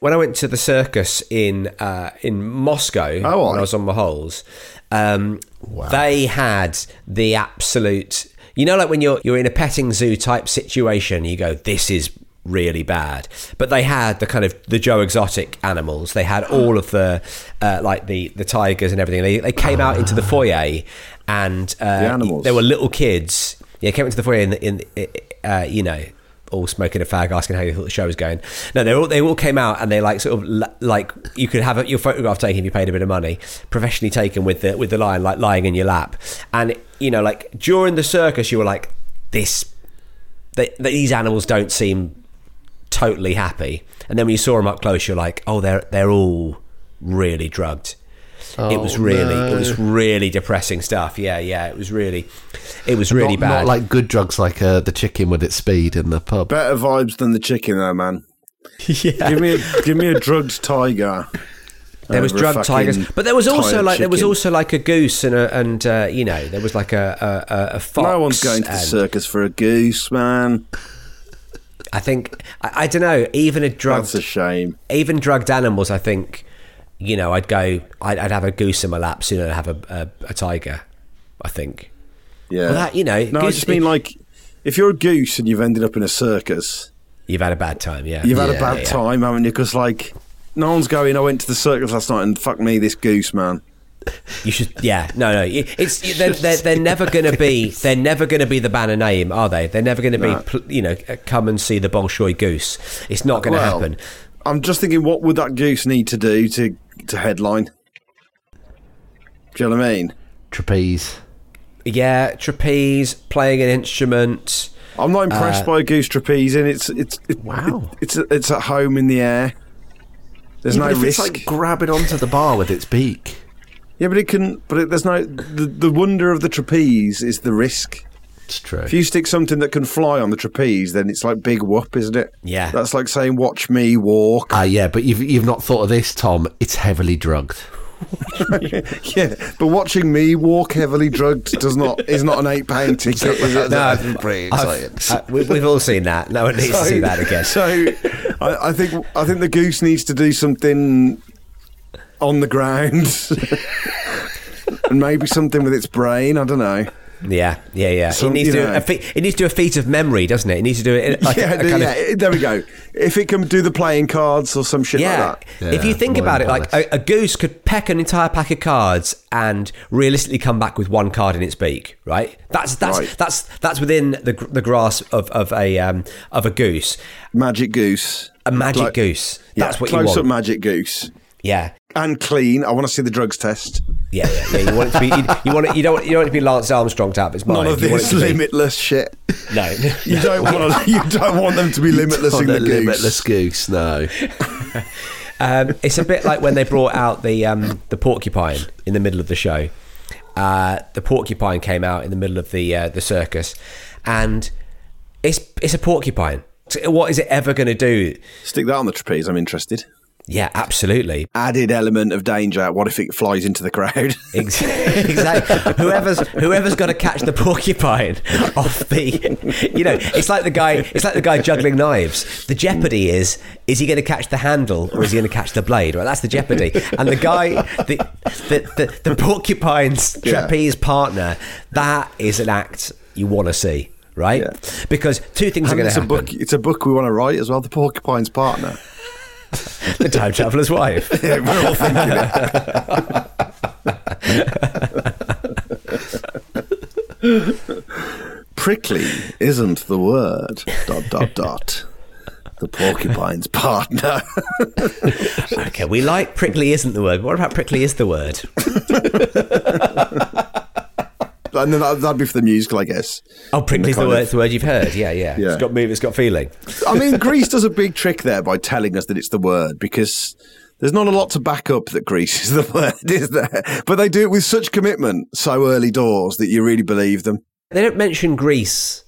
[SPEAKER 4] when I went to the circus in uh, in Moscow
[SPEAKER 8] Oh,
[SPEAKER 4] when I
[SPEAKER 8] aye.
[SPEAKER 4] was on my holes, um, they had the absolute. You know, like when you're you're in a petting zoo type situation, you go, "This is really bad." But they had the kind of the Joe Exotic animals. They had all of the uh, like the the tigers and everything. They they came out into the foyer, and uh,
[SPEAKER 8] animals.
[SPEAKER 4] there were little kids. Yeah, came into the foyer in, in uh, you know, all smoking a fag, asking how you thought the show was going. No, they all they all came out and they like sort of l- like you could have a, your photograph taken if you paid a bit of money, professionally taken with the with the lion like lying in your lap, and you know like during the circus you were like this, they, these animals don't seem totally happy, and then when you saw them up close you're like oh they're they're all really drugged. it was
[SPEAKER 8] Oh,
[SPEAKER 4] really, it was really depressing stuff. Yeah, yeah, it was really, it was really
[SPEAKER 3] not,
[SPEAKER 4] bad.
[SPEAKER 3] Not like good drugs, like uh, the chicken with its speed in the pub.
[SPEAKER 8] Better vibes than the chicken, though, man.
[SPEAKER 4] yeah.
[SPEAKER 8] Give me a, give me a drugged tiger.
[SPEAKER 4] There was
[SPEAKER 8] over a
[SPEAKER 4] drug
[SPEAKER 8] fucking
[SPEAKER 4] tigers, but there was also
[SPEAKER 8] tired
[SPEAKER 4] like there was
[SPEAKER 8] chicken.
[SPEAKER 4] also like a goose and a, and uh, you know there was like a a, a- a fox.
[SPEAKER 8] No one's going to the
[SPEAKER 4] and
[SPEAKER 8] circus for a goose, man.
[SPEAKER 4] I think I, I don't know. Even a drugged,
[SPEAKER 8] That's a shame.
[SPEAKER 4] even drugged animals. I think you know I'd go. I'd, I'd have a goose in my lap sooner than have a a, a tiger. I think.
[SPEAKER 8] Yeah.
[SPEAKER 4] Well, that you know.
[SPEAKER 8] no, I
[SPEAKER 4] goose-
[SPEAKER 8] just mean like if you're a goose and you've ended up in a circus,
[SPEAKER 4] you've had a bad time. Yeah,
[SPEAKER 8] you've had
[SPEAKER 4] Yeah,
[SPEAKER 8] a bad
[SPEAKER 4] yeah.
[SPEAKER 8] time, haven't you? Because like no one's going. I went to the circus last night and fuck me, this goose, man.
[SPEAKER 4] You should, yeah, no, no. you- It's they're, they're, they're never going to be they're never going to be the banner name, are they? They're never going to be pl- you know uh, come and see the Bolshoi goose. It's not going to
[SPEAKER 8] Well,
[SPEAKER 4] happen.
[SPEAKER 8] I'm just thinking, what would that goose need to do to to headline? Do you know what I mean?
[SPEAKER 3] Trapeze.
[SPEAKER 4] Yeah, trapeze, playing an instrument.
[SPEAKER 8] I'm not
[SPEAKER 4] Uh,
[SPEAKER 8] impressed by a goose trapezing. It's it's it,
[SPEAKER 3] Wow.
[SPEAKER 8] it- it's it's at home in the air. There's
[SPEAKER 3] Even
[SPEAKER 8] no
[SPEAKER 3] if
[SPEAKER 8] risk.
[SPEAKER 3] It's like grabbing onto the bar with its beak.
[SPEAKER 8] yeah, but it can. But it, there's no. The, the wonder of the trapeze is the risk.
[SPEAKER 3] It's true.
[SPEAKER 8] If you stick something that can fly on the trapeze, then it's like big whoop, isn't it?
[SPEAKER 4] Yeah.
[SPEAKER 8] That's like saying, "Watch me walk."
[SPEAKER 3] Ah, yeah, but you've you've not thought of this, Tom. It's heavily drugged.
[SPEAKER 8] yeah, but watching me walk heavily drugged does not is not an eight pound ticket. is it?
[SPEAKER 4] I've- I've- uh, we, we've all seen that. No one needs to see that again.
[SPEAKER 8] So I, I think I think the goose needs to do something on the ground. And maybe something with its brain. I don't know.
[SPEAKER 4] Yeah, yeah, yeah.
[SPEAKER 8] So,
[SPEAKER 4] it needs to
[SPEAKER 8] you
[SPEAKER 4] do
[SPEAKER 8] know.
[SPEAKER 4] a feat, it needs to do a feat of memory, doesn't it? It needs to do it. in, Like
[SPEAKER 8] yeah,
[SPEAKER 4] a, a kind
[SPEAKER 8] yeah.
[SPEAKER 4] Of,
[SPEAKER 8] there we go. If it can do the playing cards or some shit
[SPEAKER 4] yeah.
[SPEAKER 8] like that.
[SPEAKER 4] If you
[SPEAKER 3] Yeah,
[SPEAKER 4] think
[SPEAKER 3] Royal
[SPEAKER 4] about it, like
[SPEAKER 3] Palace.
[SPEAKER 4] a, a goose could peck an entire pack of cards and realistically come back with one card in its beak, right? That's that's
[SPEAKER 8] Right.
[SPEAKER 4] that's that's within the gr- the grasp of of a um, of a goose,
[SPEAKER 8] Magic goose.
[SPEAKER 4] a magic
[SPEAKER 8] Like-
[SPEAKER 4] goose.
[SPEAKER 8] Yeah,
[SPEAKER 4] That's what you
[SPEAKER 8] close
[SPEAKER 4] want.
[SPEAKER 8] up magic goose.
[SPEAKER 4] yeah.
[SPEAKER 8] And clean. I want to see the drugs test.
[SPEAKER 4] Yeah, yeah, yeah. You want it to be. You, you want it. You don't. Want, you don't want it to be Lance Armstronged out of its mind.
[SPEAKER 8] None of
[SPEAKER 4] You want
[SPEAKER 8] this
[SPEAKER 4] it to be-
[SPEAKER 8] limitless shit.
[SPEAKER 4] No.
[SPEAKER 8] You don't want. To, you don't want them to be limitless in the
[SPEAKER 3] Not a
[SPEAKER 8] goose.
[SPEAKER 3] Limitless goose. No.
[SPEAKER 4] Um, it's a bit like when they brought out the um, the porcupine in the middle of the show. Uh, the porcupine came out in the middle of the uh, the circus, and it's it's a porcupine. So What is it ever going to do?
[SPEAKER 8] Stick that on the trapeze. I'm interested.
[SPEAKER 4] Yeah, absolutely.
[SPEAKER 8] Added element of danger. What if it flies into the crowd?
[SPEAKER 4] Ex- exactly. Whoever's whoever's got to catch the porcupine off the, you know, it's like the guy. It's like the guy juggling knives. The jeopardy is: is he going to catch the handle or is he going to catch the blade? Right, that's the jeopardy. And the guy, the the, the, the porcupine's trapeze partner, that is an act you want to see, right? Because two things are
[SPEAKER 8] And
[SPEAKER 4] going to
[SPEAKER 8] it's a
[SPEAKER 4] happen:
[SPEAKER 8] book. It's a book we want to write as well. The Porcupine's Partner.
[SPEAKER 4] the time traveler's wife.
[SPEAKER 8] Yeah, we're all thinking it. Prickly isn't the word. Dot dot dot. The porcupine's partner.
[SPEAKER 4] Okay, we like prickly isn't the word. What about prickly is the word?
[SPEAKER 8] and then that, that'd be for the musical, I guess.
[SPEAKER 4] Oh, prickly's the
[SPEAKER 8] kind
[SPEAKER 4] word.
[SPEAKER 8] of-
[SPEAKER 4] It's the word you've heard. Yeah, yeah.
[SPEAKER 8] Yeah.
[SPEAKER 4] It's got move. It's got feeling.
[SPEAKER 8] I mean, Greece does a big trick there by telling us that it's the word because there's not a lot to back up that Greece is the word, is there? But they do it with such commitment so early doors that you really believe them.
[SPEAKER 4] They don't mention Greece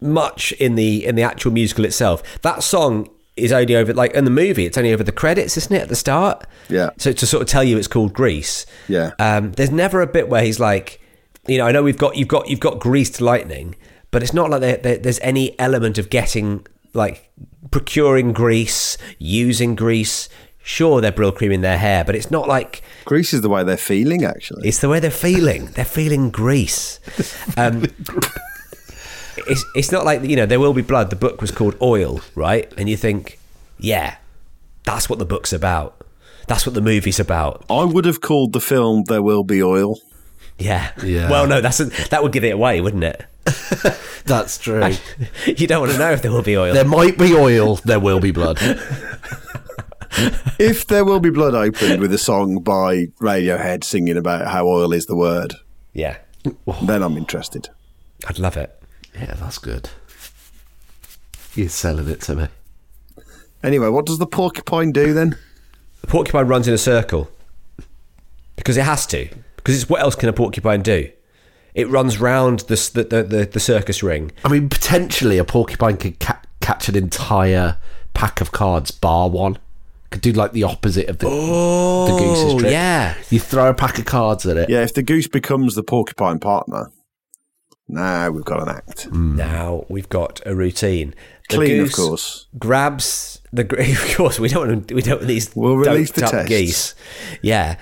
[SPEAKER 4] much in the in the actual musical itself. That song is only over like in the movie. It's only over the credits, isn't it? At the start,
[SPEAKER 8] Yeah.
[SPEAKER 4] So to sort of tell you it's called Greece.
[SPEAKER 8] Yeah.
[SPEAKER 4] Um, there's never a bit where he's like, you know, I know we've got you've got you've got greased lightning, but it's not like there, there, there's any element of getting like procuring grease, using grease. Sure, they're brill cream in their hair, but it's not like
[SPEAKER 8] Greece is the way they're feeling, actually.
[SPEAKER 4] it's the way they're feeling. They're feeling grease. Um, it's it's not like you know there will be blood. The book was called Oil, right? And you think, yeah, that's what the book's about. That's what the movie's about.
[SPEAKER 8] I would have called the film "There Will Be Oil."
[SPEAKER 4] Yeah.
[SPEAKER 3] Yeah.
[SPEAKER 4] Well, no, that's a, that would give it away, wouldn't it?
[SPEAKER 3] That's true.
[SPEAKER 4] you don't want to know if there will be oil.
[SPEAKER 3] there might be oil, there will be blood.
[SPEAKER 8] If "There Will Be Blood" opened with a song by Radiohead singing about how oil is the word,
[SPEAKER 4] yeah.
[SPEAKER 8] then I'm interested.
[SPEAKER 4] I'd love it.
[SPEAKER 3] yeah, that's good. You're selling it to me.
[SPEAKER 8] Anyway, what does the porcupine do then?
[SPEAKER 4] A porcupine runs in a circle because it has to. Because it's what else can a porcupine do? It runs round the s- the the, the, the circus ring.
[SPEAKER 3] I mean, potentially a porcupine could ca- catch an entire pack of cards, bar one. Could do like the opposite of the, the goose's trick.
[SPEAKER 4] yeah.
[SPEAKER 3] You throw a pack of cards at it.
[SPEAKER 8] Yeah, if the goose becomes the porcupine partner, now we've got an act.
[SPEAKER 4] Now we've got a routine. The
[SPEAKER 8] Clean, of
[SPEAKER 4] goose
[SPEAKER 8] course.
[SPEAKER 4] Grabs the gr- of course we don't want to, we don't want these
[SPEAKER 8] We'll release the
[SPEAKER 4] doped up
[SPEAKER 8] test.
[SPEAKER 4] geese. Yeah,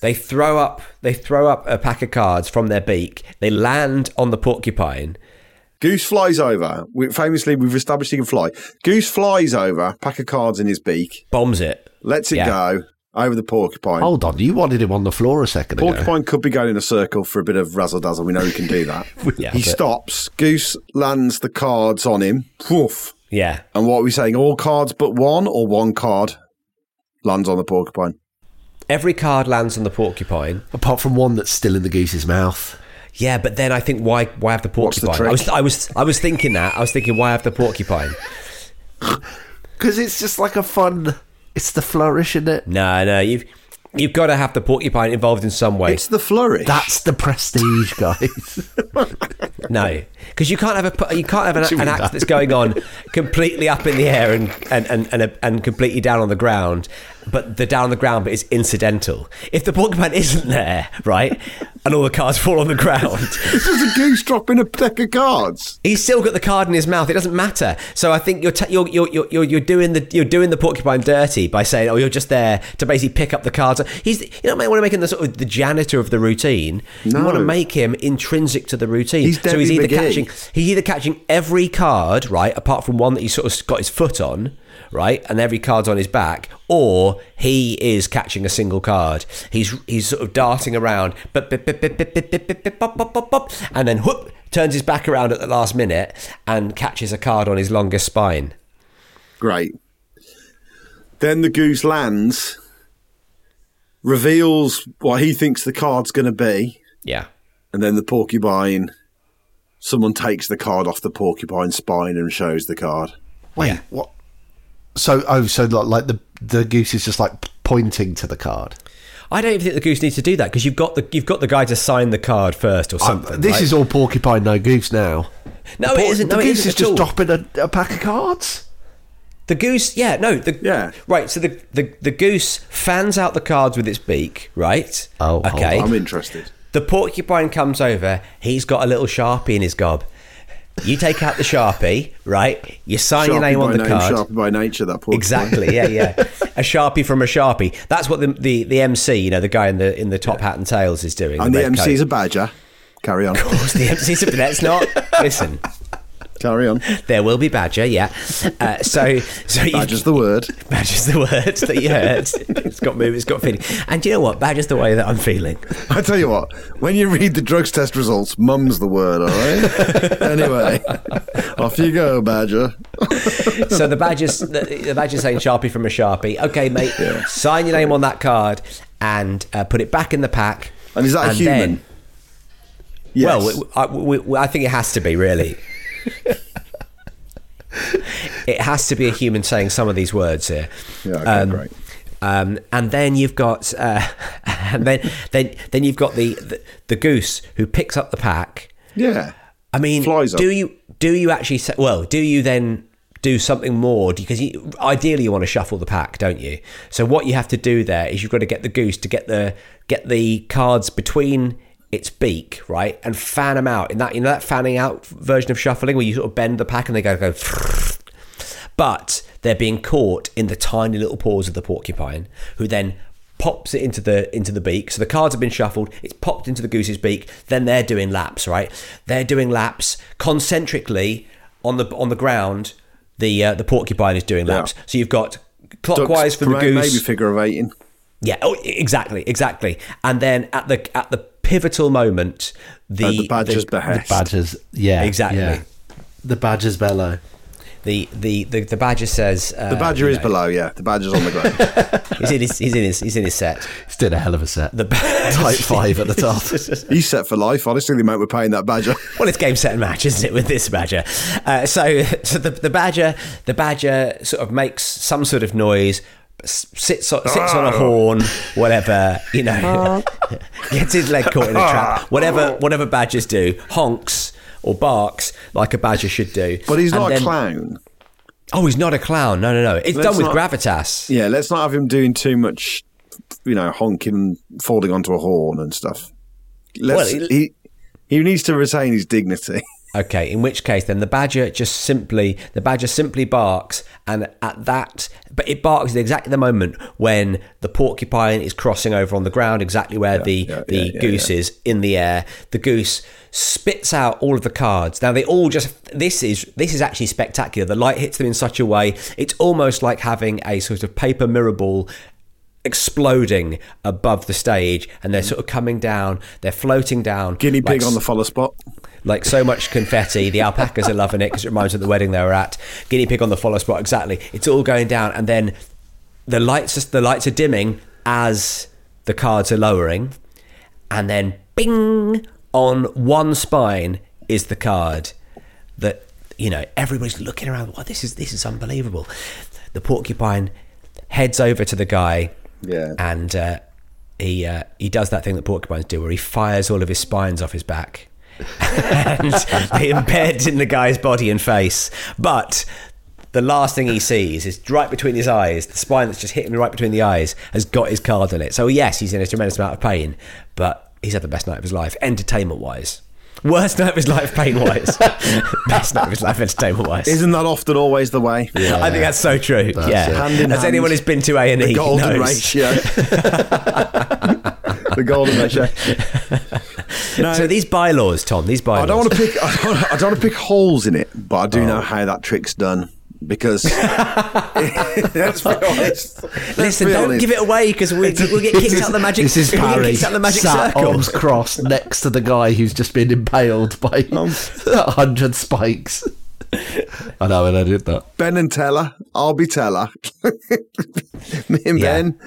[SPEAKER 4] they throw up they throw up a pack of cards from their beak. They land on the porcupine.
[SPEAKER 8] Goose flies over. We, famously, we've established he can fly. Goose flies over, pack of cards in his beak,
[SPEAKER 4] Bombs it.
[SPEAKER 8] lets it
[SPEAKER 4] Yeah.
[SPEAKER 8] go over the porcupine.
[SPEAKER 3] Hold on, you wanted him on the floor a second ago.
[SPEAKER 8] Porcupine could be going in a circle for a bit of razzle dazzle. We know he can do that.
[SPEAKER 4] Yeah,
[SPEAKER 8] he
[SPEAKER 4] but-
[SPEAKER 8] stops. Goose lands the cards on him. Woof.
[SPEAKER 4] Yeah,
[SPEAKER 8] And what are we saying? All cards but one, or one card lands on the porcupine?
[SPEAKER 4] every card lands on the porcupine.
[SPEAKER 3] Apart from one that's still in the goose's mouth.
[SPEAKER 4] Yeah, but then I think why why have the
[SPEAKER 8] What's the
[SPEAKER 4] porcupine? I was
[SPEAKER 8] trick?
[SPEAKER 4] I was I was thinking that I was thinking why have the porcupine?
[SPEAKER 3] Because it's just like a fun. It's the flourish in it.
[SPEAKER 4] No, no, you've you've got to have the porcupine involved in some way.
[SPEAKER 8] It's the flourish.
[SPEAKER 3] That's the prestige, guys.
[SPEAKER 4] No, because you can't have a pu- you can't have an,
[SPEAKER 3] you
[SPEAKER 4] an
[SPEAKER 3] mean
[SPEAKER 4] act
[SPEAKER 3] that?
[SPEAKER 4] that's going on completely up in the air and and and and, a, and completely down on the ground, but the down on the ground bit is incidental. If the porcupine isn't there, right, and all the cards fall on the ground,
[SPEAKER 8] This is a goose dropping a deck of cards.
[SPEAKER 4] he's still got the card in his mouth. It doesn't matter. So I think you're t- you're, you're you're you're you're doing the you're doing the porcupine dirty by saying, oh, you're just there to basically pick up the cards. He's you don't want to make him the sort of the janitor of the routine. You
[SPEAKER 8] No.
[SPEAKER 4] want to make him intrinsic to the routine.
[SPEAKER 8] He's
[SPEAKER 4] so he's
[SPEAKER 8] Debbie
[SPEAKER 4] either
[SPEAKER 8] McGee.
[SPEAKER 4] catching he's either catching every card right, apart from one that he's sort of got his foot on. Right, and every card's on his back, or he is catching a single card. He's he's sort of darting around, bop, bop, bop, bop, bop, bop, bop, bop, bop, bop, bop, bop, bop, and then whoop turns his back around at the last minute and catches a card on his longest spine.
[SPEAKER 8] Great. Then the goose lands, reveals what he thinks the card's going to be,
[SPEAKER 4] Yeah,
[SPEAKER 8] and then the porcupine. Someone takes the card off the porcupine's spine and shows the card.
[SPEAKER 3] Wait, what? So oh, so like, like the the goose is just like pointing to the card.
[SPEAKER 4] I don't even think the goose needs to do that because you've got the you've got the guy to sign the card first or something.
[SPEAKER 3] Uh, this
[SPEAKER 4] right?
[SPEAKER 3] is all porcupine no goose now.
[SPEAKER 4] no,
[SPEAKER 3] Por-
[SPEAKER 4] it isn't.
[SPEAKER 3] The
[SPEAKER 4] No, it
[SPEAKER 3] goose
[SPEAKER 4] isn't
[SPEAKER 3] is
[SPEAKER 4] at
[SPEAKER 3] just
[SPEAKER 4] all.
[SPEAKER 3] dropping a, a pack of cards.
[SPEAKER 4] The goose, yeah, no, the
[SPEAKER 8] Yeah.
[SPEAKER 4] right. So the, the the goose fans out the cards with its beak, right?
[SPEAKER 3] Oh, hold
[SPEAKER 4] okay.
[SPEAKER 8] I'm interested.
[SPEAKER 4] The porcupine comes over. He's got a little sharpie in his gob. You take out the sharpie, right? You sign your
[SPEAKER 8] Sharpie
[SPEAKER 4] name on
[SPEAKER 8] by
[SPEAKER 4] the
[SPEAKER 8] name,
[SPEAKER 4] card.
[SPEAKER 8] Sharpie by nature, that porcupine.
[SPEAKER 4] Exactly. Yeah, yeah. a sharpie from a sharpie. That's what the, the the MC, you know, the guy in the in the top hat and tails is doing.
[SPEAKER 8] And the
[SPEAKER 4] red
[SPEAKER 8] MC's a
[SPEAKER 4] coat.
[SPEAKER 8] badger. Carry on.
[SPEAKER 4] the MC's a. Let's not listen.
[SPEAKER 8] Carry on.
[SPEAKER 4] There will be badger. Yeah. Uh, so so you-
[SPEAKER 8] Badger's the word.
[SPEAKER 4] Badger's the word that you heard. it's got mood, it's got feeling. And do you know what? Badger's the way that I'm feeling.
[SPEAKER 8] I tell you what, when you read the drugs test results, mum's the word, all right? anyway, off you go, Badger.
[SPEAKER 4] So the badger's the, the badger's saying Sharpie from a Sharpie. Okay, mate, sign your name on that card and uh, put it back in the pack.
[SPEAKER 8] And is that a human? Yes.
[SPEAKER 4] Well, w- I, w- w- I think it has to be really. it has to be a human saying some of these words here.
[SPEAKER 8] Yeah, okay,
[SPEAKER 4] Um,
[SPEAKER 8] great.
[SPEAKER 4] Um, and then you've got, uh, and then then then you've got the, the the goose who picks up the pack.
[SPEAKER 8] yeah.
[SPEAKER 4] I mean,
[SPEAKER 8] Flies up.
[SPEAKER 4] do you do you actually say, well, do you then do something more because you, ideally you want to shuffle the pack, don't you? So what you have to do there is you've got to get the goose to get the get the cards between its beak, right, and fan them out in that you know that fanning out version of shuffling where you sort of bend the pack and they go go. But they're being caught in the tiny little paws of the porcupine, who then pops it into the into the beak. So the cards have been shuffled. It's popped into the goose's beak. Then they're doing laps, right? They're doing laps concentrically on the on the ground. The uh, the porcupine is doing laps. So you've got clockwise
[SPEAKER 8] Ducks
[SPEAKER 4] from the
[SPEAKER 8] promote
[SPEAKER 4] goose.
[SPEAKER 8] Maybe figure of eighting.
[SPEAKER 4] Yeah, oh, exactly, exactly. And then at the at the pivotal moment, the
[SPEAKER 8] At the badger's behest.
[SPEAKER 3] Badgers, yeah,
[SPEAKER 4] Exactly.
[SPEAKER 3] yeah. The badgers bellow.
[SPEAKER 4] the the the, the badger says uh,
[SPEAKER 8] the badger is below, yeah. The badger's on the ground.
[SPEAKER 4] he's in his he's in his he's in his set.
[SPEAKER 3] It's did a hell of a set.
[SPEAKER 4] The
[SPEAKER 3] type five at the top.
[SPEAKER 8] He's set for life. Honestly, the amount we're paying that badger.
[SPEAKER 4] Well, it's game set and match, isn't it, with this badger? Uh, so, so the, the badger, the badger sort of makes some sort of noise, s- sits on, sits on a
[SPEAKER 8] Oh.
[SPEAKER 4] horn, whatever you know, gets his leg caught in a trap, whatever whatever badgers do, honks or barks like a badger should do.
[SPEAKER 8] But he's
[SPEAKER 4] And
[SPEAKER 8] not
[SPEAKER 4] then-
[SPEAKER 8] a clown.
[SPEAKER 4] Oh, he's not a clown. No, no, no. It's
[SPEAKER 8] Let's
[SPEAKER 4] done with
[SPEAKER 8] not-
[SPEAKER 4] gravitas.
[SPEAKER 8] Yeah, let's not have him doing too much, you know, honking, falling onto a horn and stuff. Let's,
[SPEAKER 4] Well,
[SPEAKER 8] he, he needs to retain his dignity.
[SPEAKER 4] Okay, in which case then the badger just simply the badger simply barks and at that but it barks at exactly the moment when the porcupine is crossing over on the ground exactly where the
[SPEAKER 8] yeah,
[SPEAKER 4] the
[SPEAKER 8] yeah, yeah,
[SPEAKER 4] goose is in the air. The goose spits out all of the cards. Now they all just this is this is actually spectacular. The light hits them in such a way it's almost like having a sort of paper mirror ball exploding above the stage and they're sort of coming down they're floating down
[SPEAKER 8] Mm. Guinea pig
[SPEAKER 4] like
[SPEAKER 8] on the follow spot.
[SPEAKER 4] like so much confetti. The alpacas are loving it because it reminds them of the wedding they were at. Guinea pig on the follow spot, exactly. It's all going down, and then the lights the lights are dimming as the cards are lowering, and then bing on one spine is the card that you know everybody's looking around. Wow, this is this is unbelievable. The porcupine heads over to the guy,
[SPEAKER 8] Yeah.
[SPEAKER 4] and uh, he uh, he does that thing that porcupines do, where he fires all of his spines off his back and they embed in the guy's body and face. But the last thing he sees is right between his eyes, the spine that's just hit him right between the eyes has got his card on it. So, yes, he's in a tremendous amount of pain, but he's had the best night of his life, entertainment wise. Worst night of his life, pain wise. best night of his life, entertainment wise.
[SPEAKER 8] Isn't that often always the way?
[SPEAKER 4] I think that's so true. yeah,
[SPEAKER 3] it.
[SPEAKER 8] Hand in
[SPEAKER 4] as
[SPEAKER 8] hand.
[SPEAKER 4] anyone who's been to A and E
[SPEAKER 8] The golden
[SPEAKER 4] knows.
[SPEAKER 8] ratio. the golden ratio. No,
[SPEAKER 4] So these bylaws, Tom, these bylaws.
[SPEAKER 8] I don't want to pick. I don't, I don't want to pick holes in it, but I do
[SPEAKER 4] Oh.
[SPEAKER 8] know how that trick's done because. let's be honest. Let's
[SPEAKER 4] Listen,
[SPEAKER 8] be
[SPEAKER 4] don't
[SPEAKER 8] honest.
[SPEAKER 4] give it away because we, we'll get kicked out of the magic.
[SPEAKER 3] This is
[SPEAKER 4] we'll get
[SPEAKER 3] Parry.
[SPEAKER 4] kicked out of the magic
[SPEAKER 3] sat
[SPEAKER 4] circle.
[SPEAKER 3] arms crossed next to the guy who's just been impaled by a hundred spikes. I know, and I did that.
[SPEAKER 8] Ben and Teller. I'll be Teller. Me and
[SPEAKER 4] Yeah.
[SPEAKER 8] Ben.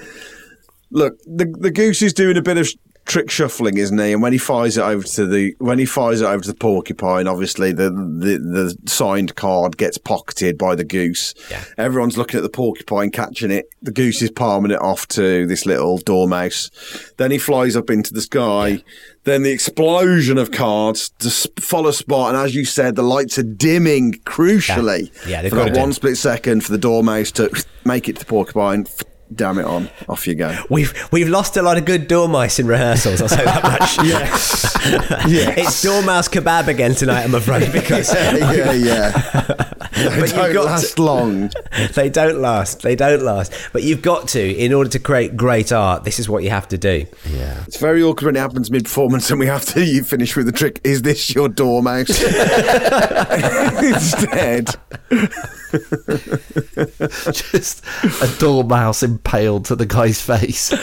[SPEAKER 8] Look, the the goose is doing a bit of trick shuffling his knee, and when he fires it over to the when he fires it over to the porcupine, obviously the the, the signed card gets pocketed by the goose.
[SPEAKER 4] Yeah.
[SPEAKER 8] Everyone's looking at the porcupine catching it. The goose is palming it off to this little dormouse. Then he flies up into the sky. Then the explosion of cards to s- follow spot, and as you said, the lights are dimming crucially
[SPEAKER 4] Yeah, they've
[SPEAKER 8] for
[SPEAKER 4] got
[SPEAKER 8] that
[SPEAKER 4] to
[SPEAKER 8] one
[SPEAKER 4] do.
[SPEAKER 8] split second for the dormouse to make it to the porcupine. Damn it on, off you go.
[SPEAKER 4] We've we've lost a lot of good dormice in rehearsals. I'll say that much. yes. It's dormouse kebab again tonight. I'm afraid because
[SPEAKER 8] yeah, yeah. They
[SPEAKER 4] But you
[SPEAKER 8] don't
[SPEAKER 4] got
[SPEAKER 8] last long.
[SPEAKER 4] they don't last. They don't last. But you've got to, in order to create great art, this is what you have to do.
[SPEAKER 3] Yeah.
[SPEAKER 8] It's very awkward when it happens mid-performance and we have to you finish with the trick. Is this your dormouse? Instead,
[SPEAKER 3] Just a dormouse impaled to the guy's face.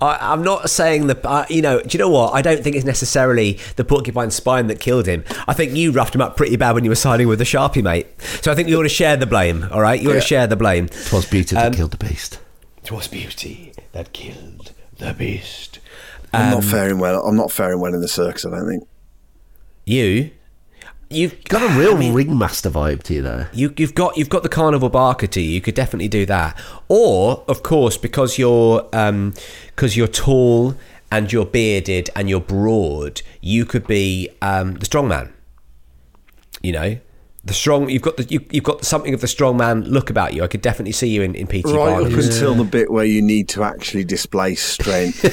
[SPEAKER 4] I, I'm not saying the. Uh, you know, do you know what? I don't think it's necessarily the porcupine spine that killed him. I think you roughed him up pretty bad when you were signing with the sharpie, mate. So I think you ought to share the blame. All right, you ought to share the blame.
[SPEAKER 3] Twas beauty
[SPEAKER 8] Um,
[SPEAKER 3] that killed the beast.
[SPEAKER 4] Twas beauty that killed the beast.
[SPEAKER 8] I'm
[SPEAKER 4] Um,
[SPEAKER 8] not faring well. I'm not faring well in the circus. I don't think.
[SPEAKER 4] You, you've
[SPEAKER 3] Got a real ringmaster vibe to you there.
[SPEAKER 4] You, you've got you've got the carnival barker to you. You could definitely do that. Or, of course, because you're um, because you're tall and you're bearded and you're broad, you could be um, the strong man. You know, the strong. You've got the you, you've got something of the strong man look about you. I could definitely see you in in PT
[SPEAKER 8] Right up
[SPEAKER 4] Barnum.
[SPEAKER 8] until the bit where you need to actually display strength.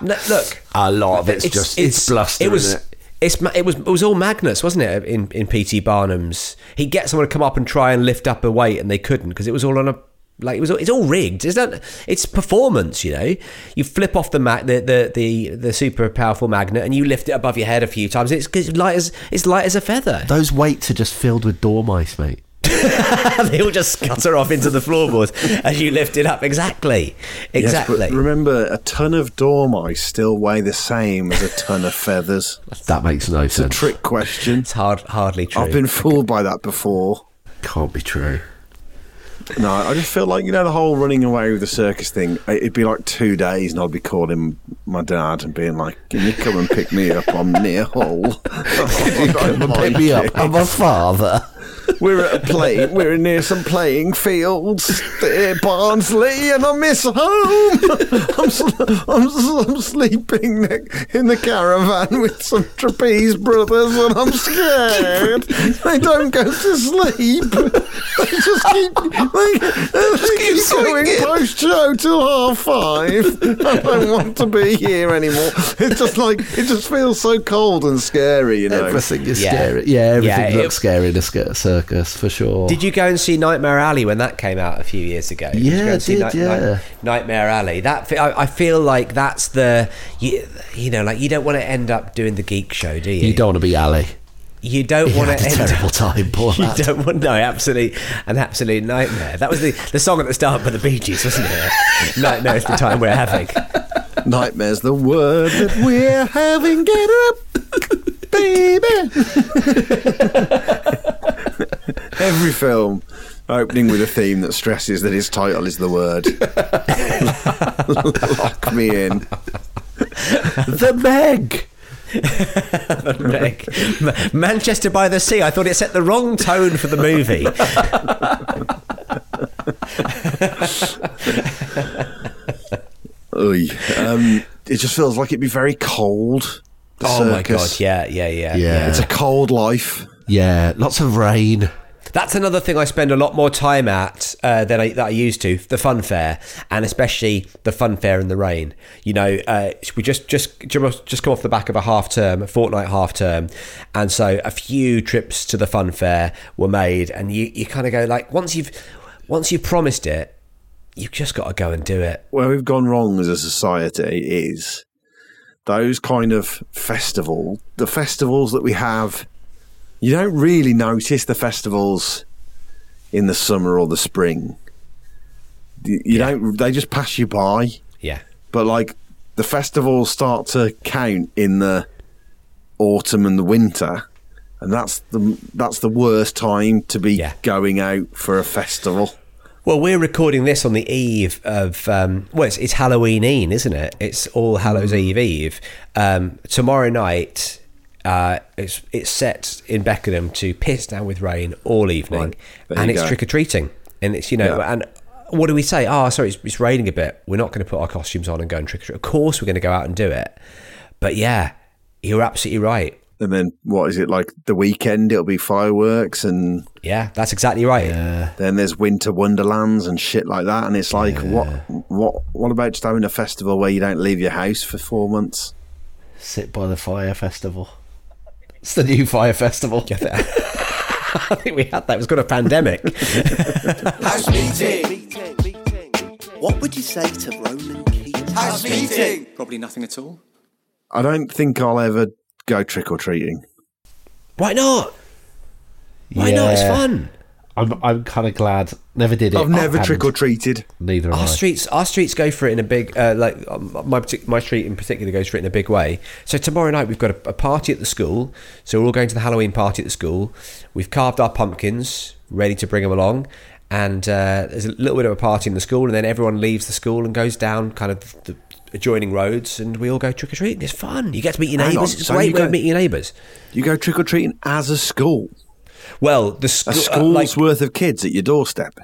[SPEAKER 4] No, look,
[SPEAKER 3] A lot of it's,
[SPEAKER 4] It was. It's, ma- it was it was all Magnus, wasn't it? In in PT Barnum's, he'd get someone to come up and try and lift up a weight, and they couldn't because it was all on a like it was all, it's all rigged. It's not it's performance, you know. You flip off the mag the, the the the super powerful magnet, and you lift it above your head a few times. It's 'cause it's light as it's light as a feather.
[SPEAKER 3] Those weights are just filled with dormice, mate.
[SPEAKER 4] they all just scutter off into the floorboards as you lift it up. Exactly,
[SPEAKER 8] Yes, but
[SPEAKER 4] exactly.
[SPEAKER 8] remember, a ton of dormice still weigh the same as a ton of feathers.
[SPEAKER 3] That makes no
[SPEAKER 8] It's a
[SPEAKER 3] sense.
[SPEAKER 8] trick question.
[SPEAKER 4] it's hard, hardly true.
[SPEAKER 8] I've been fooled by that before.
[SPEAKER 3] Can't be true.
[SPEAKER 8] No, I just feel like you know the whole running away with the circus thing. It'd be like two days, and I'd be calling my dad and being like, "Can you come and pick me up? I'm near Hull. Can you come and
[SPEAKER 3] Pick me up. I'm a father.
[SPEAKER 8] We're at a play. We're near some playing fields near Barnsley, and I miss home. I'm, s- I'm, s- I'm sleeping ne- in the caravan with some trapeze brothers, and I'm scared. They don't go to sleep. They just keep they, they keep, going post show till half five. I don't want to be here anymore. It's just like it just feels so cold and scary, you know.
[SPEAKER 3] Everything is
[SPEAKER 4] Yeah.
[SPEAKER 3] scary. Yeah, everything
[SPEAKER 4] Yeah, it-
[SPEAKER 3] looks scary in a sc- circus for sure.
[SPEAKER 4] Did you go and see Nightmare Alley when that came out a few years ago? Did you
[SPEAKER 3] Yeah,
[SPEAKER 4] go
[SPEAKER 3] I
[SPEAKER 4] and see
[SPEAKER 3] did, yeah.
[SPEAKER 4] Nightmare Alley. That fe- I, I feel like that's the you, you know, like you don't want to end up doing the geek show, do you?
[SPEAKER 3] You don't want to be Ali.
[SPEAKER 4] You don't
[SPEAKER 3] He
[SPEAKER 4] want
[SPEAKER 3] had
[SPEAKER 4] to
[SPEAKER 3] a
[SPEAKER 4] end
[SPEAKER 3] terrible
[SPEAKER 4] up.
[SPEAKER 3] time, poor
[SPEAKER 4] You
[SPEAKER 3] lad.
[SPEAKER 4] don't want no, absolutely an absolute nightmare. That was the, the song at the start by the Bee Gees, wasn't it? Nightmare is the time we're having.
[SPEAKER 8] Nightmare's the word that we're having. Get up, baby. Every film opening with a theme that stresses that its title is the word. Lock me in.
[SPEAKER 3] The Meg.
[SPEAKER 4] Like, Ma- Manchester by the Sea. I thought it set the wrong tone for the movie.
[SPEAKER 8] Oy. Um, it just feels like it'd be very cold. the
[SPEAKER 4] oh my god!
[SPEAKER 8] circus.
[SPEAKER 4] Yeah, yeah, yeah,
[SPEAKER 3] Yeah.
[SPEAKER 8] It's a cold life.
[SPEAKER 3] Yeah, lots of rain.
[SPEAKER 4] That's another thing I spend a lot more time at uh, than I, that I used to. The fun fair, and especially the fun fair in the rain. You know, uh, we just just just come off the back of a half term, a fortnight half term, and so a few trips to the fun fair were made. And you you kind of go like once you've once you've promised it, you've just got to go and do it.
[SPEAKER 8] where we've gone wrong as a society is those kind of festival, the festivals that we have. You don't really notice the festivals in the summer or the spring. You you don't. They just pass you by.
[SPEAKER 4] Yeah,
[SPEAKER 8] But like the festivals start to count in the autumn and the winter, and that's the that's the worst time to be
[SPEAKER 4] Yeah.
[SPEAKER 8] going out for a festival.
[SPEAKER 4] Well, we're recording this on the eve of um, well, it's, it's Halloween Eve, isn't it? It's All Hallows
[SPEAKER 8] Mm.
[SPEAKER 4] Eve Eve. Um, tomorrow night, uh, it's it's set in Beckenham to piss down with rain all evening,
[SPEAKER 8] Right. There
[SPEAKER 4] and
[SPEAKER 8] you
[SPEAKER 4] it's
[SPEAKER 8] go.
[SPEAKER 4] trick or treating, and it's you know,
[SPEAKER 8] Yeah.
[SPEAKER 4] and what do we say? Oh, sorry, it's, it's raining a bit. We're not going to put our costumes on and go and trick or treat. Of course, we're going to go out and do it. But yeah, you're absolutely right.
[SPEAKER 8] And then what is it like the weekend? It'll be fireworks, and
[SPEAKER 4] Yeah, that's exactly right.
[SPEAKER 8] then there's winter wonderlands and shit like that. And it's like, what, what, what about just having a festival where you don't leave your house for four months?
[SPEAKER 3] Sit by the Fire Festival. It's the new Fire Festival.
[SPEAKER 4] I think we had that. It was got a pandemic.
[SPEAKER 6] House meeting.
[SPEAKER 5] Meeting. Meeting.
[SPEAKER 6] What would you say to Roman Keating? House meeting.
[SPEAKER 10] Probably nothing at all.
[SPEAKER 8] I don't think I'll ever go trick or treating.
[SPEAKER 4] Why not? Why not? It's
[SPEAKER 3] Yeah.
[SPEAKER 4] fun.
[SPEAKER 3] I'm, I'm kind of glad. Never did it.
[SPEAKER 8] I've never
[SPEAKER 3] and
[SPEAKER 8] trick or treated.
[SPEAKER 3] Neither
[SPEAKER 4] Our
[SPEAKER 3] have I.
[SPEAKER 4] streets, our streets go for it in a big, uh, like um, my partic- my street in particular goes for it in a big way. So tomorrow night we've got a, a party at the school. So we're all going to the Halloween party at the school. We've carved our pumpkins, ready to bring them along. And uh, there's a little bit of a party in the school, and then everyone leaves the school and goes down kind of the adjoining roads, and we all go trick or treating. It's fun. You get to meet your
[SPEAKER 8] Hang
[SPEAKER 4] neighbours.
[SPEAKER 8] on,
[SPEAKER 4] It's a
[SPEAKER 8] so
[SPEAKER 4] great
[SPEAKER 8] you
[SPEAKER 4] way of
[SPEAKER 8] go-
[SPEAKER 4] meeting your neighbours.
[SPEAKER 8] You go trick or treating as a school,
[SPEAKER 4] Well, the
[SPEAKER 8] a
[SPEAKER 4] school, uh,
[SPEAKER 8] school's worth of kids at your doorstep.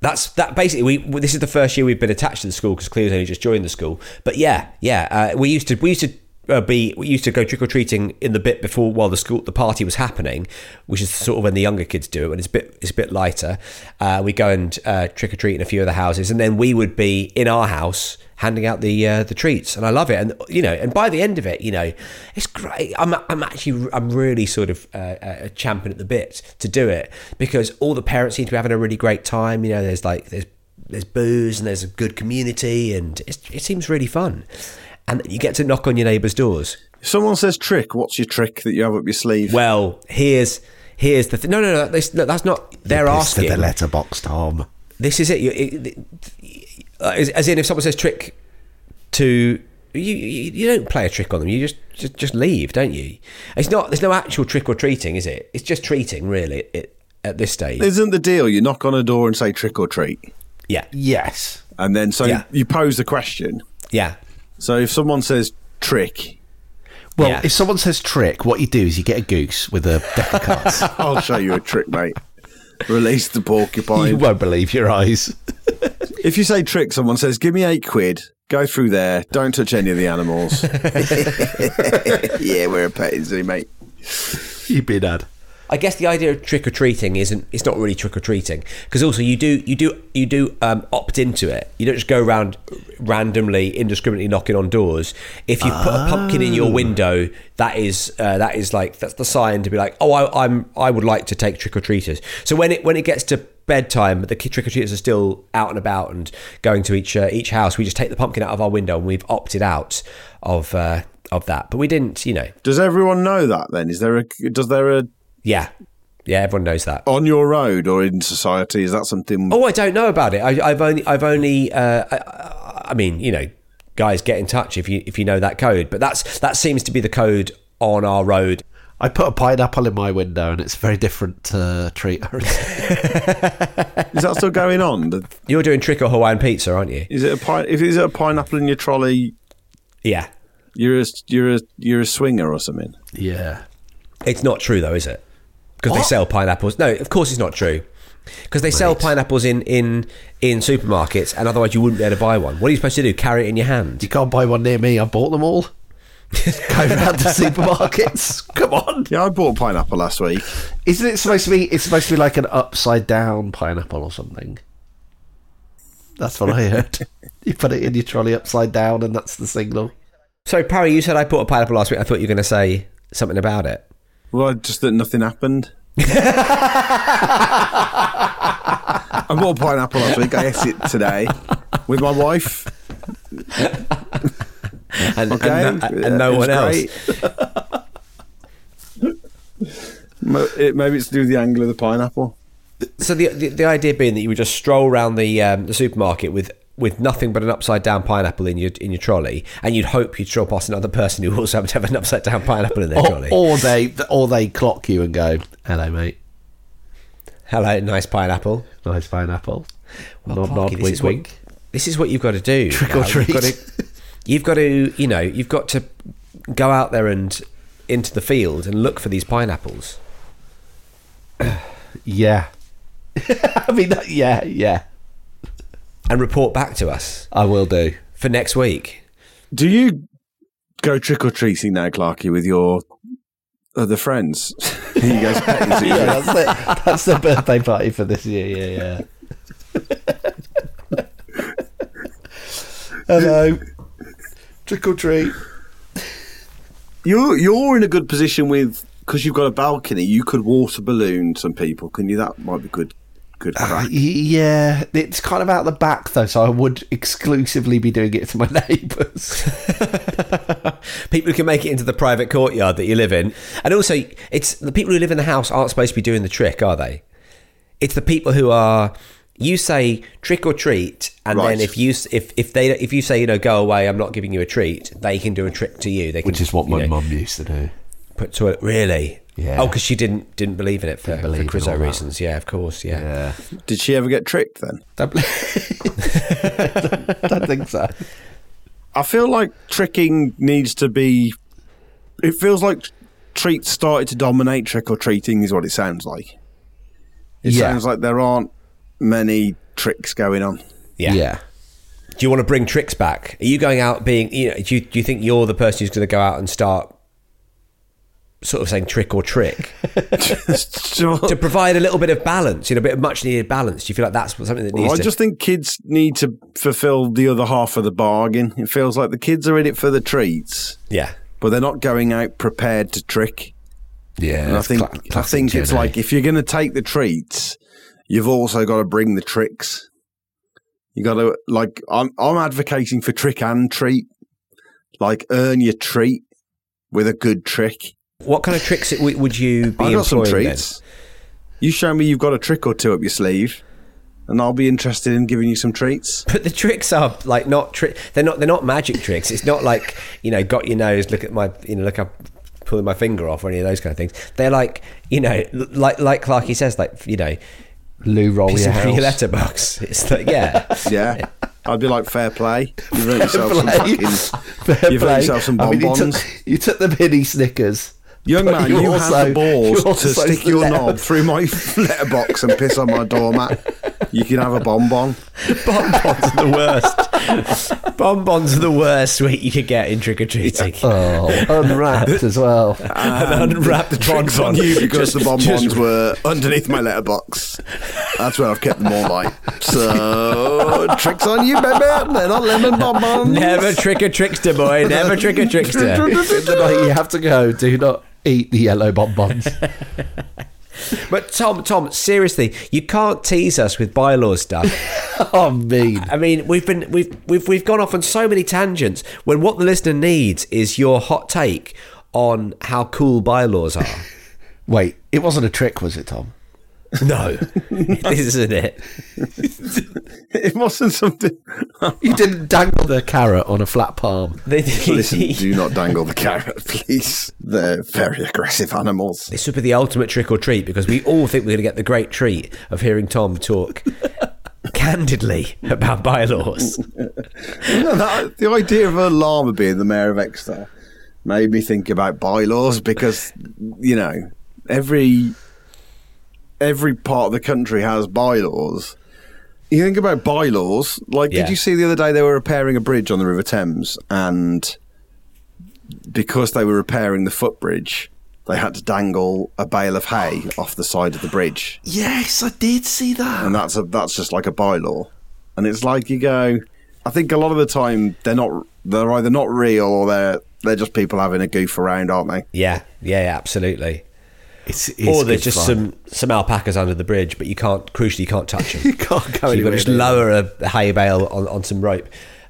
[SPEAKER 4] That's that. Basically, we we- this is the first year we've been attached to the school because Cleo's only just joined the school. But yeah, yeah, uh, we used to we used to uh, be we used to go trick or treating in the bit before while the school the party was happening, which is sort of when the younger kids do it when it's a bit it's a bit lighter. Uh, we go and uh, trick or treat in a few of the houses, and then we would be in our house handing out the uh, the treats, and I love it. And you know, and by the end of it, you know, it's great. I'm I'm actually I'm really sort of uh, uh, champing at the bit to do it because all the parents seem to be having a really great time. You know, there's like there's there's booze and there's a good community, and it's, it seems really fun. And you get to knock on your neighbours' doors.
[SPEAKER 8] If someone says trick, what's your trick that you have up your sleeve?
[SPEAKER 4] Well, here's here's the thing. No, no, no, this, no. That's not. They're
[SPEAKER 3] Piss to
[SPEAKER 4] asking.
[SPEAKER 3] the letterbox, Tom.
[SPEAKER 4] This is it. You, it, it- uh, as- as in, if someone says trick to you, you, you don't play a trick on them. You just, just just leave, don't you? It's not. There's no actual trick or treating, is it? It's just treating, really. It, at this stage,
[SPEAKER 8] Isn't the deal you knock on a door and say trick or treat?
[SPEAKER 4] yeah,
[SPEAKER 3] Yes.
[SPEAKER 8] And then so
[SPEAKER 4] Yeah.
[SPEAKER 8] you pose the question.
[SPEAKER 4] yeah.
[SPEAKER 8] So if someone says trick,
[SPEAKER 3] Well,
[SPEAKER 4] Yeah.
[SPEAKER 3] if someone says trick, what you do is you get a goose with a deck of cards.
[SPEAKER 8] I'll show you a trick, mate. Release the porcupine.
[SPEAKER 3] you won't believe your eyes.
[SPEAKER 8] If you say trick, someone says, give me eight quid, go through there, don't touch any of the animals. yeah, we're a petting zoo, mate.
[SPEAKER 3] You've been had.
[SPEAKER 4] I guess the idea of trick or treating isn't. It's not really trick or treating because also you do you do you do um, opt into it. You don't just go around randomly, indiscriminately knocking on doors. If you put a pumpkin in your window, that is uh, that is like that's the sign to be like, oh, I, I'm I would like to take trick or treaters. So when it when it gets to bedtime, the trick or treaters are still out and about and going to each uh, each house. We just take the pumpkin out of our window and we've opted out of uh, of that. But we didn't, you know.
[SPEAKER 8] Does everyone know that then? Is there a, does there a,
[SPEAKER 4] Yeah, yeah, everyone knows that.
[SPEAKER 8] on your road or in society, is that something?
[SPEAKER 4] Oh, I don't know about it. I, I've only, I've only, uh, I- I, I mean, you know, guys, get in touch if you if you know that code. But that's that seems to be the code on our road.
[SPEAKER 3] I put a pineapple in my window, and it's a very different uh, treat.
[SPEAKER 8] Is that still going on?
[SPEAKER 4] You're doing trick or Hawaiian pizza, aren't you?
[SPEAKER 8] Is it a pine, if is it a pineapple in your trolley,
[SPEAKER 4] Yeah,
[SPEAKER 8] you're a, you're a, you're a swinger or something?
[SPEAKER 3] yeah.
[SPEAKER 4] it's not true though, is it? Because they sell pineapples. No, of course it's not true. Because they sell pineapples in in in supermarkets, and otherwise you wouldn't be able to buy one. What are you supposed to do? Carry it in your hand?
[SPEAKER 3] You can't buy one near me. I bought them all. Go round to supermarkets. Come on.
[SPEAKER 8] Yeah, I bought a pineapple last week.
[SPEAKER 3] Isn't it supposed to be? It's supposed to be like an upside down pineapple or something. That's what I heard. you put it in your trolley upside down, and that's the signal.
[SPEAKER 4] So, Parry, you said I bought a pineapple last week. I thought you were going to say something about it.
[SPEAKER 8] Well, just that nothing happened. I bought a pineapple last week. I ate it today with my wife.
[SPEAKER 4] and,
[SPEAKER 8] Okay,
[SPEAKER 4] and, and, and no
[SPEAKER 8] it was
[SPEAKER 4] one else.
[SPEAKER 8] Mo- it- Maybe it's to do with the angle of the pineapple.
[SPEAKER 4] So the, the the idea being that you would just stroll round the um, the supermarket with with nothing but an upside down pineapple in your in your trolley, and you'd hope you'd stroll past another person who also happened to have an upside down pineapple in their
[SPEAKER 3] Or,
[SPEAKER 4] trolley.
[SPEAKER 3] or they, or they clock you and go, "Hello, mate.
[SPEAKER 4] Hello, nice pineapple.
[SPEAKER 3] Nice pineapple."
[SPEAKER 4] Well,
[SPEAKER 3] nod,
[SPEAKER 4] Clarky,
[SPEAKER 3] nod,
[SPEAKER 4] this
[SPEAKER 3] wink,
[SPEAKER 4] is what-
[SPEAKER 3] wink.
[SPEAKER 4] This is what you've got to do.
[SPEAKER 3] Trick or
[SPEAKER 4] pal. You've got
[SPEAKER 3] treat.
[SPEAKER 4] to- You've got to, you know, you've got to go out there and into the field and look for these pineapples.
[SPEAKER 3] Yeah. I mean, that, yeah, yeah.
[SPEAKER 4] and report back to us
[SPEAKER 3] I will do.
[SPEAKER 4] for next week.
[SPEAKER 8] Do you go trick or treating now, Clarky, with your other friends? you guys petting each other?
[SPEAKER 3] That's the, that's the birthday party for this year. Yeah, yeah. Hello. Trick or treat.
[SPEAKER 8] You're you're in a good position with because you've got a balcony. You could water balloon some people, couldn't you? That might be good. Good
[SPEAKER 3] Uh,
[SPEAKER 8] crack.
[SPEAKER 3] Yeah, it's kind of out the back though, so I would exclusively be doing it to my neighbours.
[SPEAKER 4] people who can make it into the private courtyard that you live in, and also it's the people who live in the house aren't supposed to be doing the trick, are they? It's the people who are. You say trick or treat, and
[SPEAKER 8] Right.
[SPEAKER 4] then if you s- if if they if you say you know go away, I'm not giving you a treat. They can do a trick to you. They can, you know,
[SPEAKER 3] used to do.
[SPEAKER 4] put to it. Really?
[SPEAKER 3] Yeah.
[SPEAKER 4] Oh, because she didn't didn't believe in it for, for
[SPEAKER 3] believe in all
[SPEAKER 4] Crizzo
[SPEAKER 3] that.
[SPEAKER 4] reasons. Yeah, of course. Yeah.
[SPEAKER 3] Yeah,
[SPEAKER 8] Did she ever get tricked then?
[SPEAKER 3] don't, don't think so.
[SPEAKER 8] I feel like tricking needs to be. It feels like treats started to dominate trick or treating. Is what it sounds like. It
[SPEAKER 3] Yeah.
[SPEAKER 8] sounds like there aren't many tricks going on.
[SPEAKER 4] Yeah. Do you want to bring tricks back? Are you going out being, you know, do you, do you think you're the person who's going to go out and start sort of saying trick or trick
[SPEAKER 8] Sure.
[SPEAKER 4] to provide a little bit of balance, you know, a bit of much needed balance? Do you feel like that's something that needs
[SPEAKER 8] Well, I
[SPEAKER 4] to
[SPEAKER 8] just think kids need to fulfil the other half of the bargain. It feels like the kids are in it for the treats,
[SPEAKER 4] Yeah.
[SPEAKER 8] but they're not going out prepared to trick.
[SPEAKER 3] Yeah,
[SPEAKER 8] And I think I think it's like if you're going to take the treats, you've also got to bring the tricks. You got to like I'm I'm advocating for trick and treat, like earn your treat with a good trick.
[SPEAKER 4] What kind of tricks w- would you be
[SPEAKER 8] I got some
[SPEAKER 4] employing then?
[SPEAKER 8] treats. You show me you've got a trick or two up your sleeve, and I'll be interested in giving you some treats.
[SPEAKER 4] But the tricks are like not tri- they're not they're not magic tricks. It's not like you know got your nose look at my you know look up pulling my finger off or any of those kind of things. They're like you know l- like like Clarky says like you know
[SPEAKER 3] Lou roll your
[SPEAKER 4] pissing through
[SPEAKER 3] house.
[SPEAKER 4] your letterbox. It's like yeah.
[SPEAKER 8] Yeah. I'd be like, fair play. You've earned yourself some
[SPEAKER 3] play.
[SPEAKER 8] fucking.
[SPEAKER 3] Fair
[SPEAKER 8] You've
[SPEAKER 3] play.
[SPEAKER 8] earned yourself some
[SPEAKER 3] I mean, you
[SPEAKER 8] bonbons.
[SPEAKER 3] took, you took the mini Snickers.
[SPEAKER 8] Young
[SPEAKER 3] but
[SPEAKER 8] man, you, have the
[SPEAKER 3] you
[SPEAKER 8] balls
[SPEAKER 3] also
[SPEAKER 8] to stick your
[SPEAKER 3] let-
[SPEAKER 8] knob through my letterbox and piss on my doormat. You can have a bonbon.
[SPEAKER 4] Bonbons are the worst. Bonbons are the worst sweet you could get in trick or treating.
[SPEAKER 3] Oh, unwrapped as well.
[SPEAKER 4] And unwrap the
[SPEAKER 8] Um, Tricks on
[SPEAKER 4] bonbon.
[SPEAKER 8] you because
[SPEAKER 4] Just-
[SPEAKER 8] the bonbons
[SPEAKER 4] just-
[SPEAKER 8] were underneath my letterbox. That's where I've kept them all night. So, tricks on you, baby. They're not lemon bonbons.
[SPEAKER 4] Never trick a trickster, boy. Never trick a trickster.
[SPEAKER 3] In the night you have to go. Do not eat the yellow bonbons.
[SPEAKER 4] But Tom, Tom, seriously, you can't tease us with bylaw stuff.
[SPEAKER 3] oh, mean.
[SPEAKER 4] I mean, we've been we've we've we've gone off on so many tangents when what the listener needs is your hot take on how cool bylaws are.
[SPEAKER 3] Wait, it wasn't a trick, was it, Tom?
[SPEAKER 4] No, this isn't it.
[SPEAKER 8] It wasn't something.
[SPEAKER 3] You didn't dangle the carrot on a flat palm.
[SPEAKER 8] Listen, do not dangle the carrot, please. They're very aggressive animals.
[SPEAKER 4] This would be the ultimate trick or treat because we all think we're going to get the great treat of hearing Tom talk candidly about bylaws.
[SPEAKER 8] No, that, the idea of Lama being the mayor of Exeter made me think about bylaws because you know every every part of the country has bylaws. You think about bylaws, like
[SPEAKER 4] Yeah.
[SPEAKER 8] did you see the other day they were repairing a bridge on the River Thames, and because they were repairing the footbridge, they had to dangle a bale of hay off the side of the bridge
[SPEAKER 3] Yes, I did see that.
[SPEAKER 8] and that's a that's just like a bylaw. And it's like you go. I think a lot of the time they're not they're either not real or they're they're just people having a goof around, aren't they?
[SPEAKER 4] Yeah, yeah, absolutely.
[SPEAKER 3] It's,
[SPEAKER 4] or there's just some some alpacas under the bridge, but you can't. Crucially, you can't touch them.
[SPEAKER 3] You can't go
[SPEAKER 4] So you've got
[SPEAKER 3] anywhere
[SPEAKER 4] to just
[SPEAKER 3] near them.
[SPEAKER 4] lower a- a hay bale on, on some rope.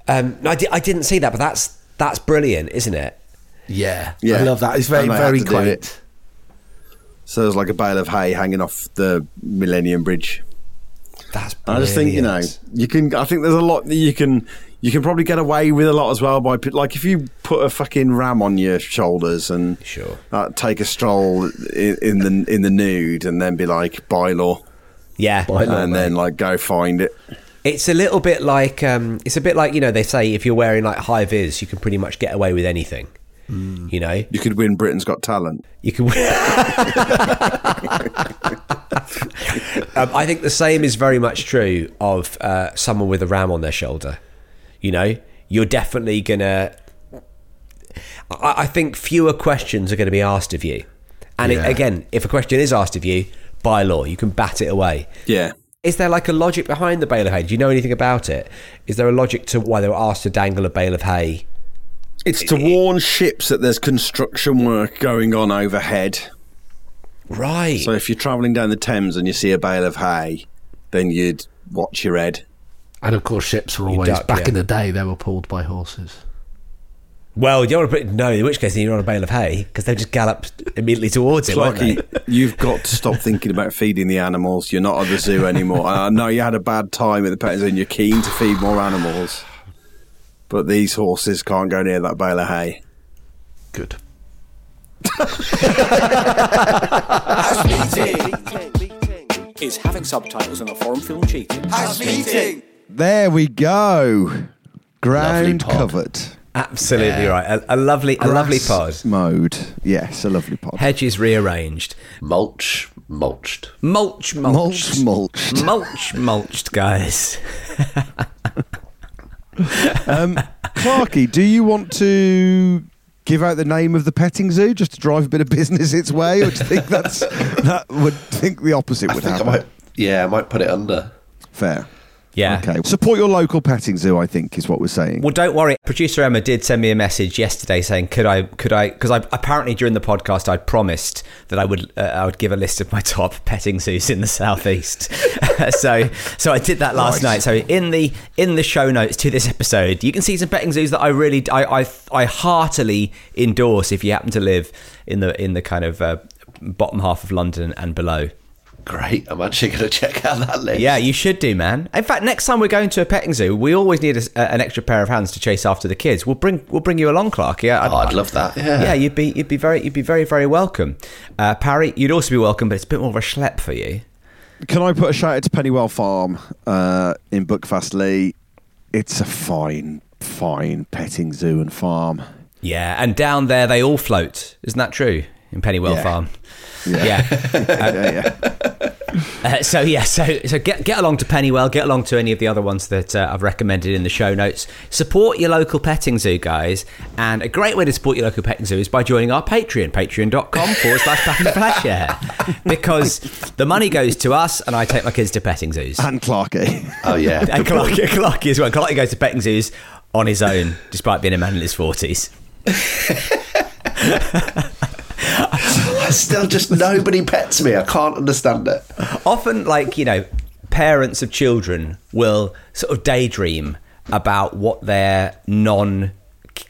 [SPEAKER 4] Um, no, I, di- I didn't see that, but that's that's brilliant, isn't it?
[SPEAKER 3] Yeah, I
[SPEAKER 8] Yeah.
[SPEAKER 3] love that. It's very,
[SPEAKER 8] And they had
[SPEAKER 3] very
[SPEAKER 8] to do
[SPEAKER 3] quaint.
[SPEAKER 8] it. So there's like a bale of hay hanging off the Millennium Bridge.
[SPEAKER 4] That's.
[SPEAKER 8] And I
[SPEAKER 4] Brilliant.
[SPEAKER 8] just think you know you can. I think there's a lot that you can you can probably get away with a lot as well by put- like if you put a fucking ram on your shoulders and
[SPEAKER 4] Sure.
[SPEAKER 8] uh, take a stroll in, in the in the nude and then be like bylaw.
[SPEAKER 4] Yeah.
[SPEAKER 3] By law,
[SPEAKER 8] and
[SPEAKER 3] mate.
[SPEAKER 8] then like go find it.
[SPEAKER 4] It's a little bit like um, it's a bit like you know they say if you're wearing like high vis, you can pretty much get away with anything. You know,
[SPEAKER 8] You could win Britain's Got Talent.
[SPEAKER 4] you can. um, Um, I think the same is very much true of uh, someone with a ram on their shoulder. You know, you're definitely gonna. I, I think fewer questions are going to be asked of you, and
[SPEAKER 3] Yeah.
[SPEAKER 4] it, again, if a question is asked of you by law, you can bat it away.
[SPEAKER 8] Yeah.
[SPEAKER 4] Is there like a logic behind the bale of hay? Do you know anything about it? Is there a logic to why they were asked to dangle a bale of hay?
[SPEAKER 8] It's to warn ships that there's construction work going on overhead.
[SPEAKER 4] Right.
[SPEAKER 8] So if you're travelling down the Thames and you see a bale of hay, then you'd watch your head.
[SPEAKER 10] And of course, ships were always
[SPEAKER 4] duck,
[SPEAKER 10] back
[SPEAKER 4] yeah.
[SPEAKER 10] in the day. They were pulled by horses.
[SPEAKER 4] well, you want to put no. In which case, then you're on a bale of hay because they just gallop immediately towards it. won't they?
[SPEAKER 8] Clarky, you've got to stop thinking about feeding the animals. You're not at the zoo anymore. And I know you had a bad time at the pet zoo and you're keen to feed more animals. But these horses can't go near that bale of hay.
[SPEAKER 10] Good.
[SPEAKER 6] House meeting.
[SPEAKER 5] Is having subtitles in a foreign film cheating?
[SPEAKER 6] House meeting.
[SPEAKER 2] There we go. Ground
[SPEAKER 10] pod.
[SPEAKER 2] covered
[SPEAKER 4] Absolutely right. A, a lovely, a lovely pod.
[SPEAKER 2] mode. Yes, a lovely pod.
[SPEAKER 4] Hedges rearranged.
[SPEAKER 3] mulch, mulched.
[SPEAKER 4] Mulch, mulch,
[SPEAKER 2] Mulch, mulched.
[SPEAKER 4] mulch, mulched, guys.
[SPEAKER 2] Um, Clarky, do you want to give out the name of the petting zoo just to drive a bit of business its way, or do you think that's that would think the opposite
[SPEAKER 3] I
[SPEAKER 2] would
[SPEAKER 3] think I
[SPEAKER 2] happen?
[SPEAKER 3] might. Yeah, I might put it under.
[SPEAKER 2] Fair.
[SPEAKER 4] Yeah.
[SPEAKER 2] Okay. Support your local petting zoo. I think is what we're saying.
[SPEAKER 4] Well, don't worry. Producer Emma did send me a message yesterday saying, "Could I? Could I?" Because I apparently during the podcast I promised that I would uh, I would give a list of my top petting zoos in the southeast. so so I did that last night. So in the in the show notes to this episode, you can see some petting zoos that I really I I, I heartily endorse if you happen to live in the in the kind of uh, bottom half of London and below.
[SPEAKER 3] Great. I'm actually going to check out that list.
[SPEAKER 4] Yeah, you should do, man. In fact, next time we're going to a petting zoo, we always need a, an extra pair of hands to chase after the kids. We'll bring we'll bring you along, Clark. Yeah,
[SPEAKER 3] Oh, I'd love that. Yeah.
[SPEAKER 4] Yeah, you'd be you'd be very you'd be very very welcome, uh, Parry. You'd also be welcome, but it's a bit more of a schlep for you.
[SPEAKER 2] Can I put a shout out to Pennywell Farm uh, in Buckfast Lee? It's a fine, fine petting zoo and farm.
[SPEAKER 4] Yeah, and down there they all float. Isn't that true in Pennywell
[SPEAKER 2] Yeah.
[SPEAKER 4] Farm? Yeah.
[SPEAKER 2] yeah, yeah.
[SPEAKER 4] Uh, so yeah, so so get get along to Pennywell, get along to any of the other ones that uh, I've recommended in the show notes. Support your local petting zoo, guys, and a great way to support your local petting zoo is by joining our Patreon, patreon.com forward slash Back and Flash Air, because the money goes to us, and I take my kids to petting zoos.
[SPEAKER 2] And Clarky.
[SPEAKER 3] Oh, yeah.
[SPEAKER 4] And Clarky, Clarky as well. Clarky goes to petting zoos on his own, despite being a man in his forties.
[SPEAKER 3] Still, just nobody pets me. I can't understand it.
[SPEAKER 4] often like you know parents of children will sort of daydream about what their non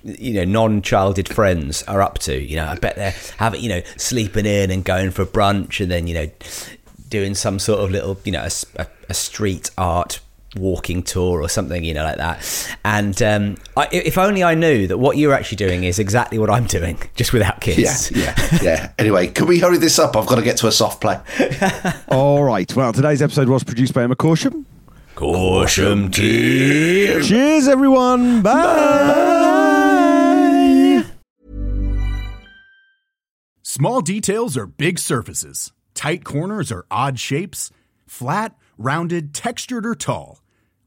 [SPEAKER 4] you know non-childhood friends are up to you know i bet they're having you know sleeping in and going for brunch and then you know doing some sort of little you know a s a a a street art walking tour or something you know like that and um I, if only i knew that what you're actually doing is exactly what i'm doing just without
[SPEAKER 3] Yeah,
[SPEAKER 4] kids
[SPEAKER 3] yeah, yeah. Anyway, can we hurry this up? I've got to get to a soft play.
[SPEAKER 2] All right. Well, today's episode was produced by Emma Corsham.
[SPEAKER 4] caution team
[SPEAKER 2] Cheers, everyone. Bye.
[SPEAKER 7] Small details are big surfaces. Tight corners are odd shapes. Flat, rounded, textured, or tall.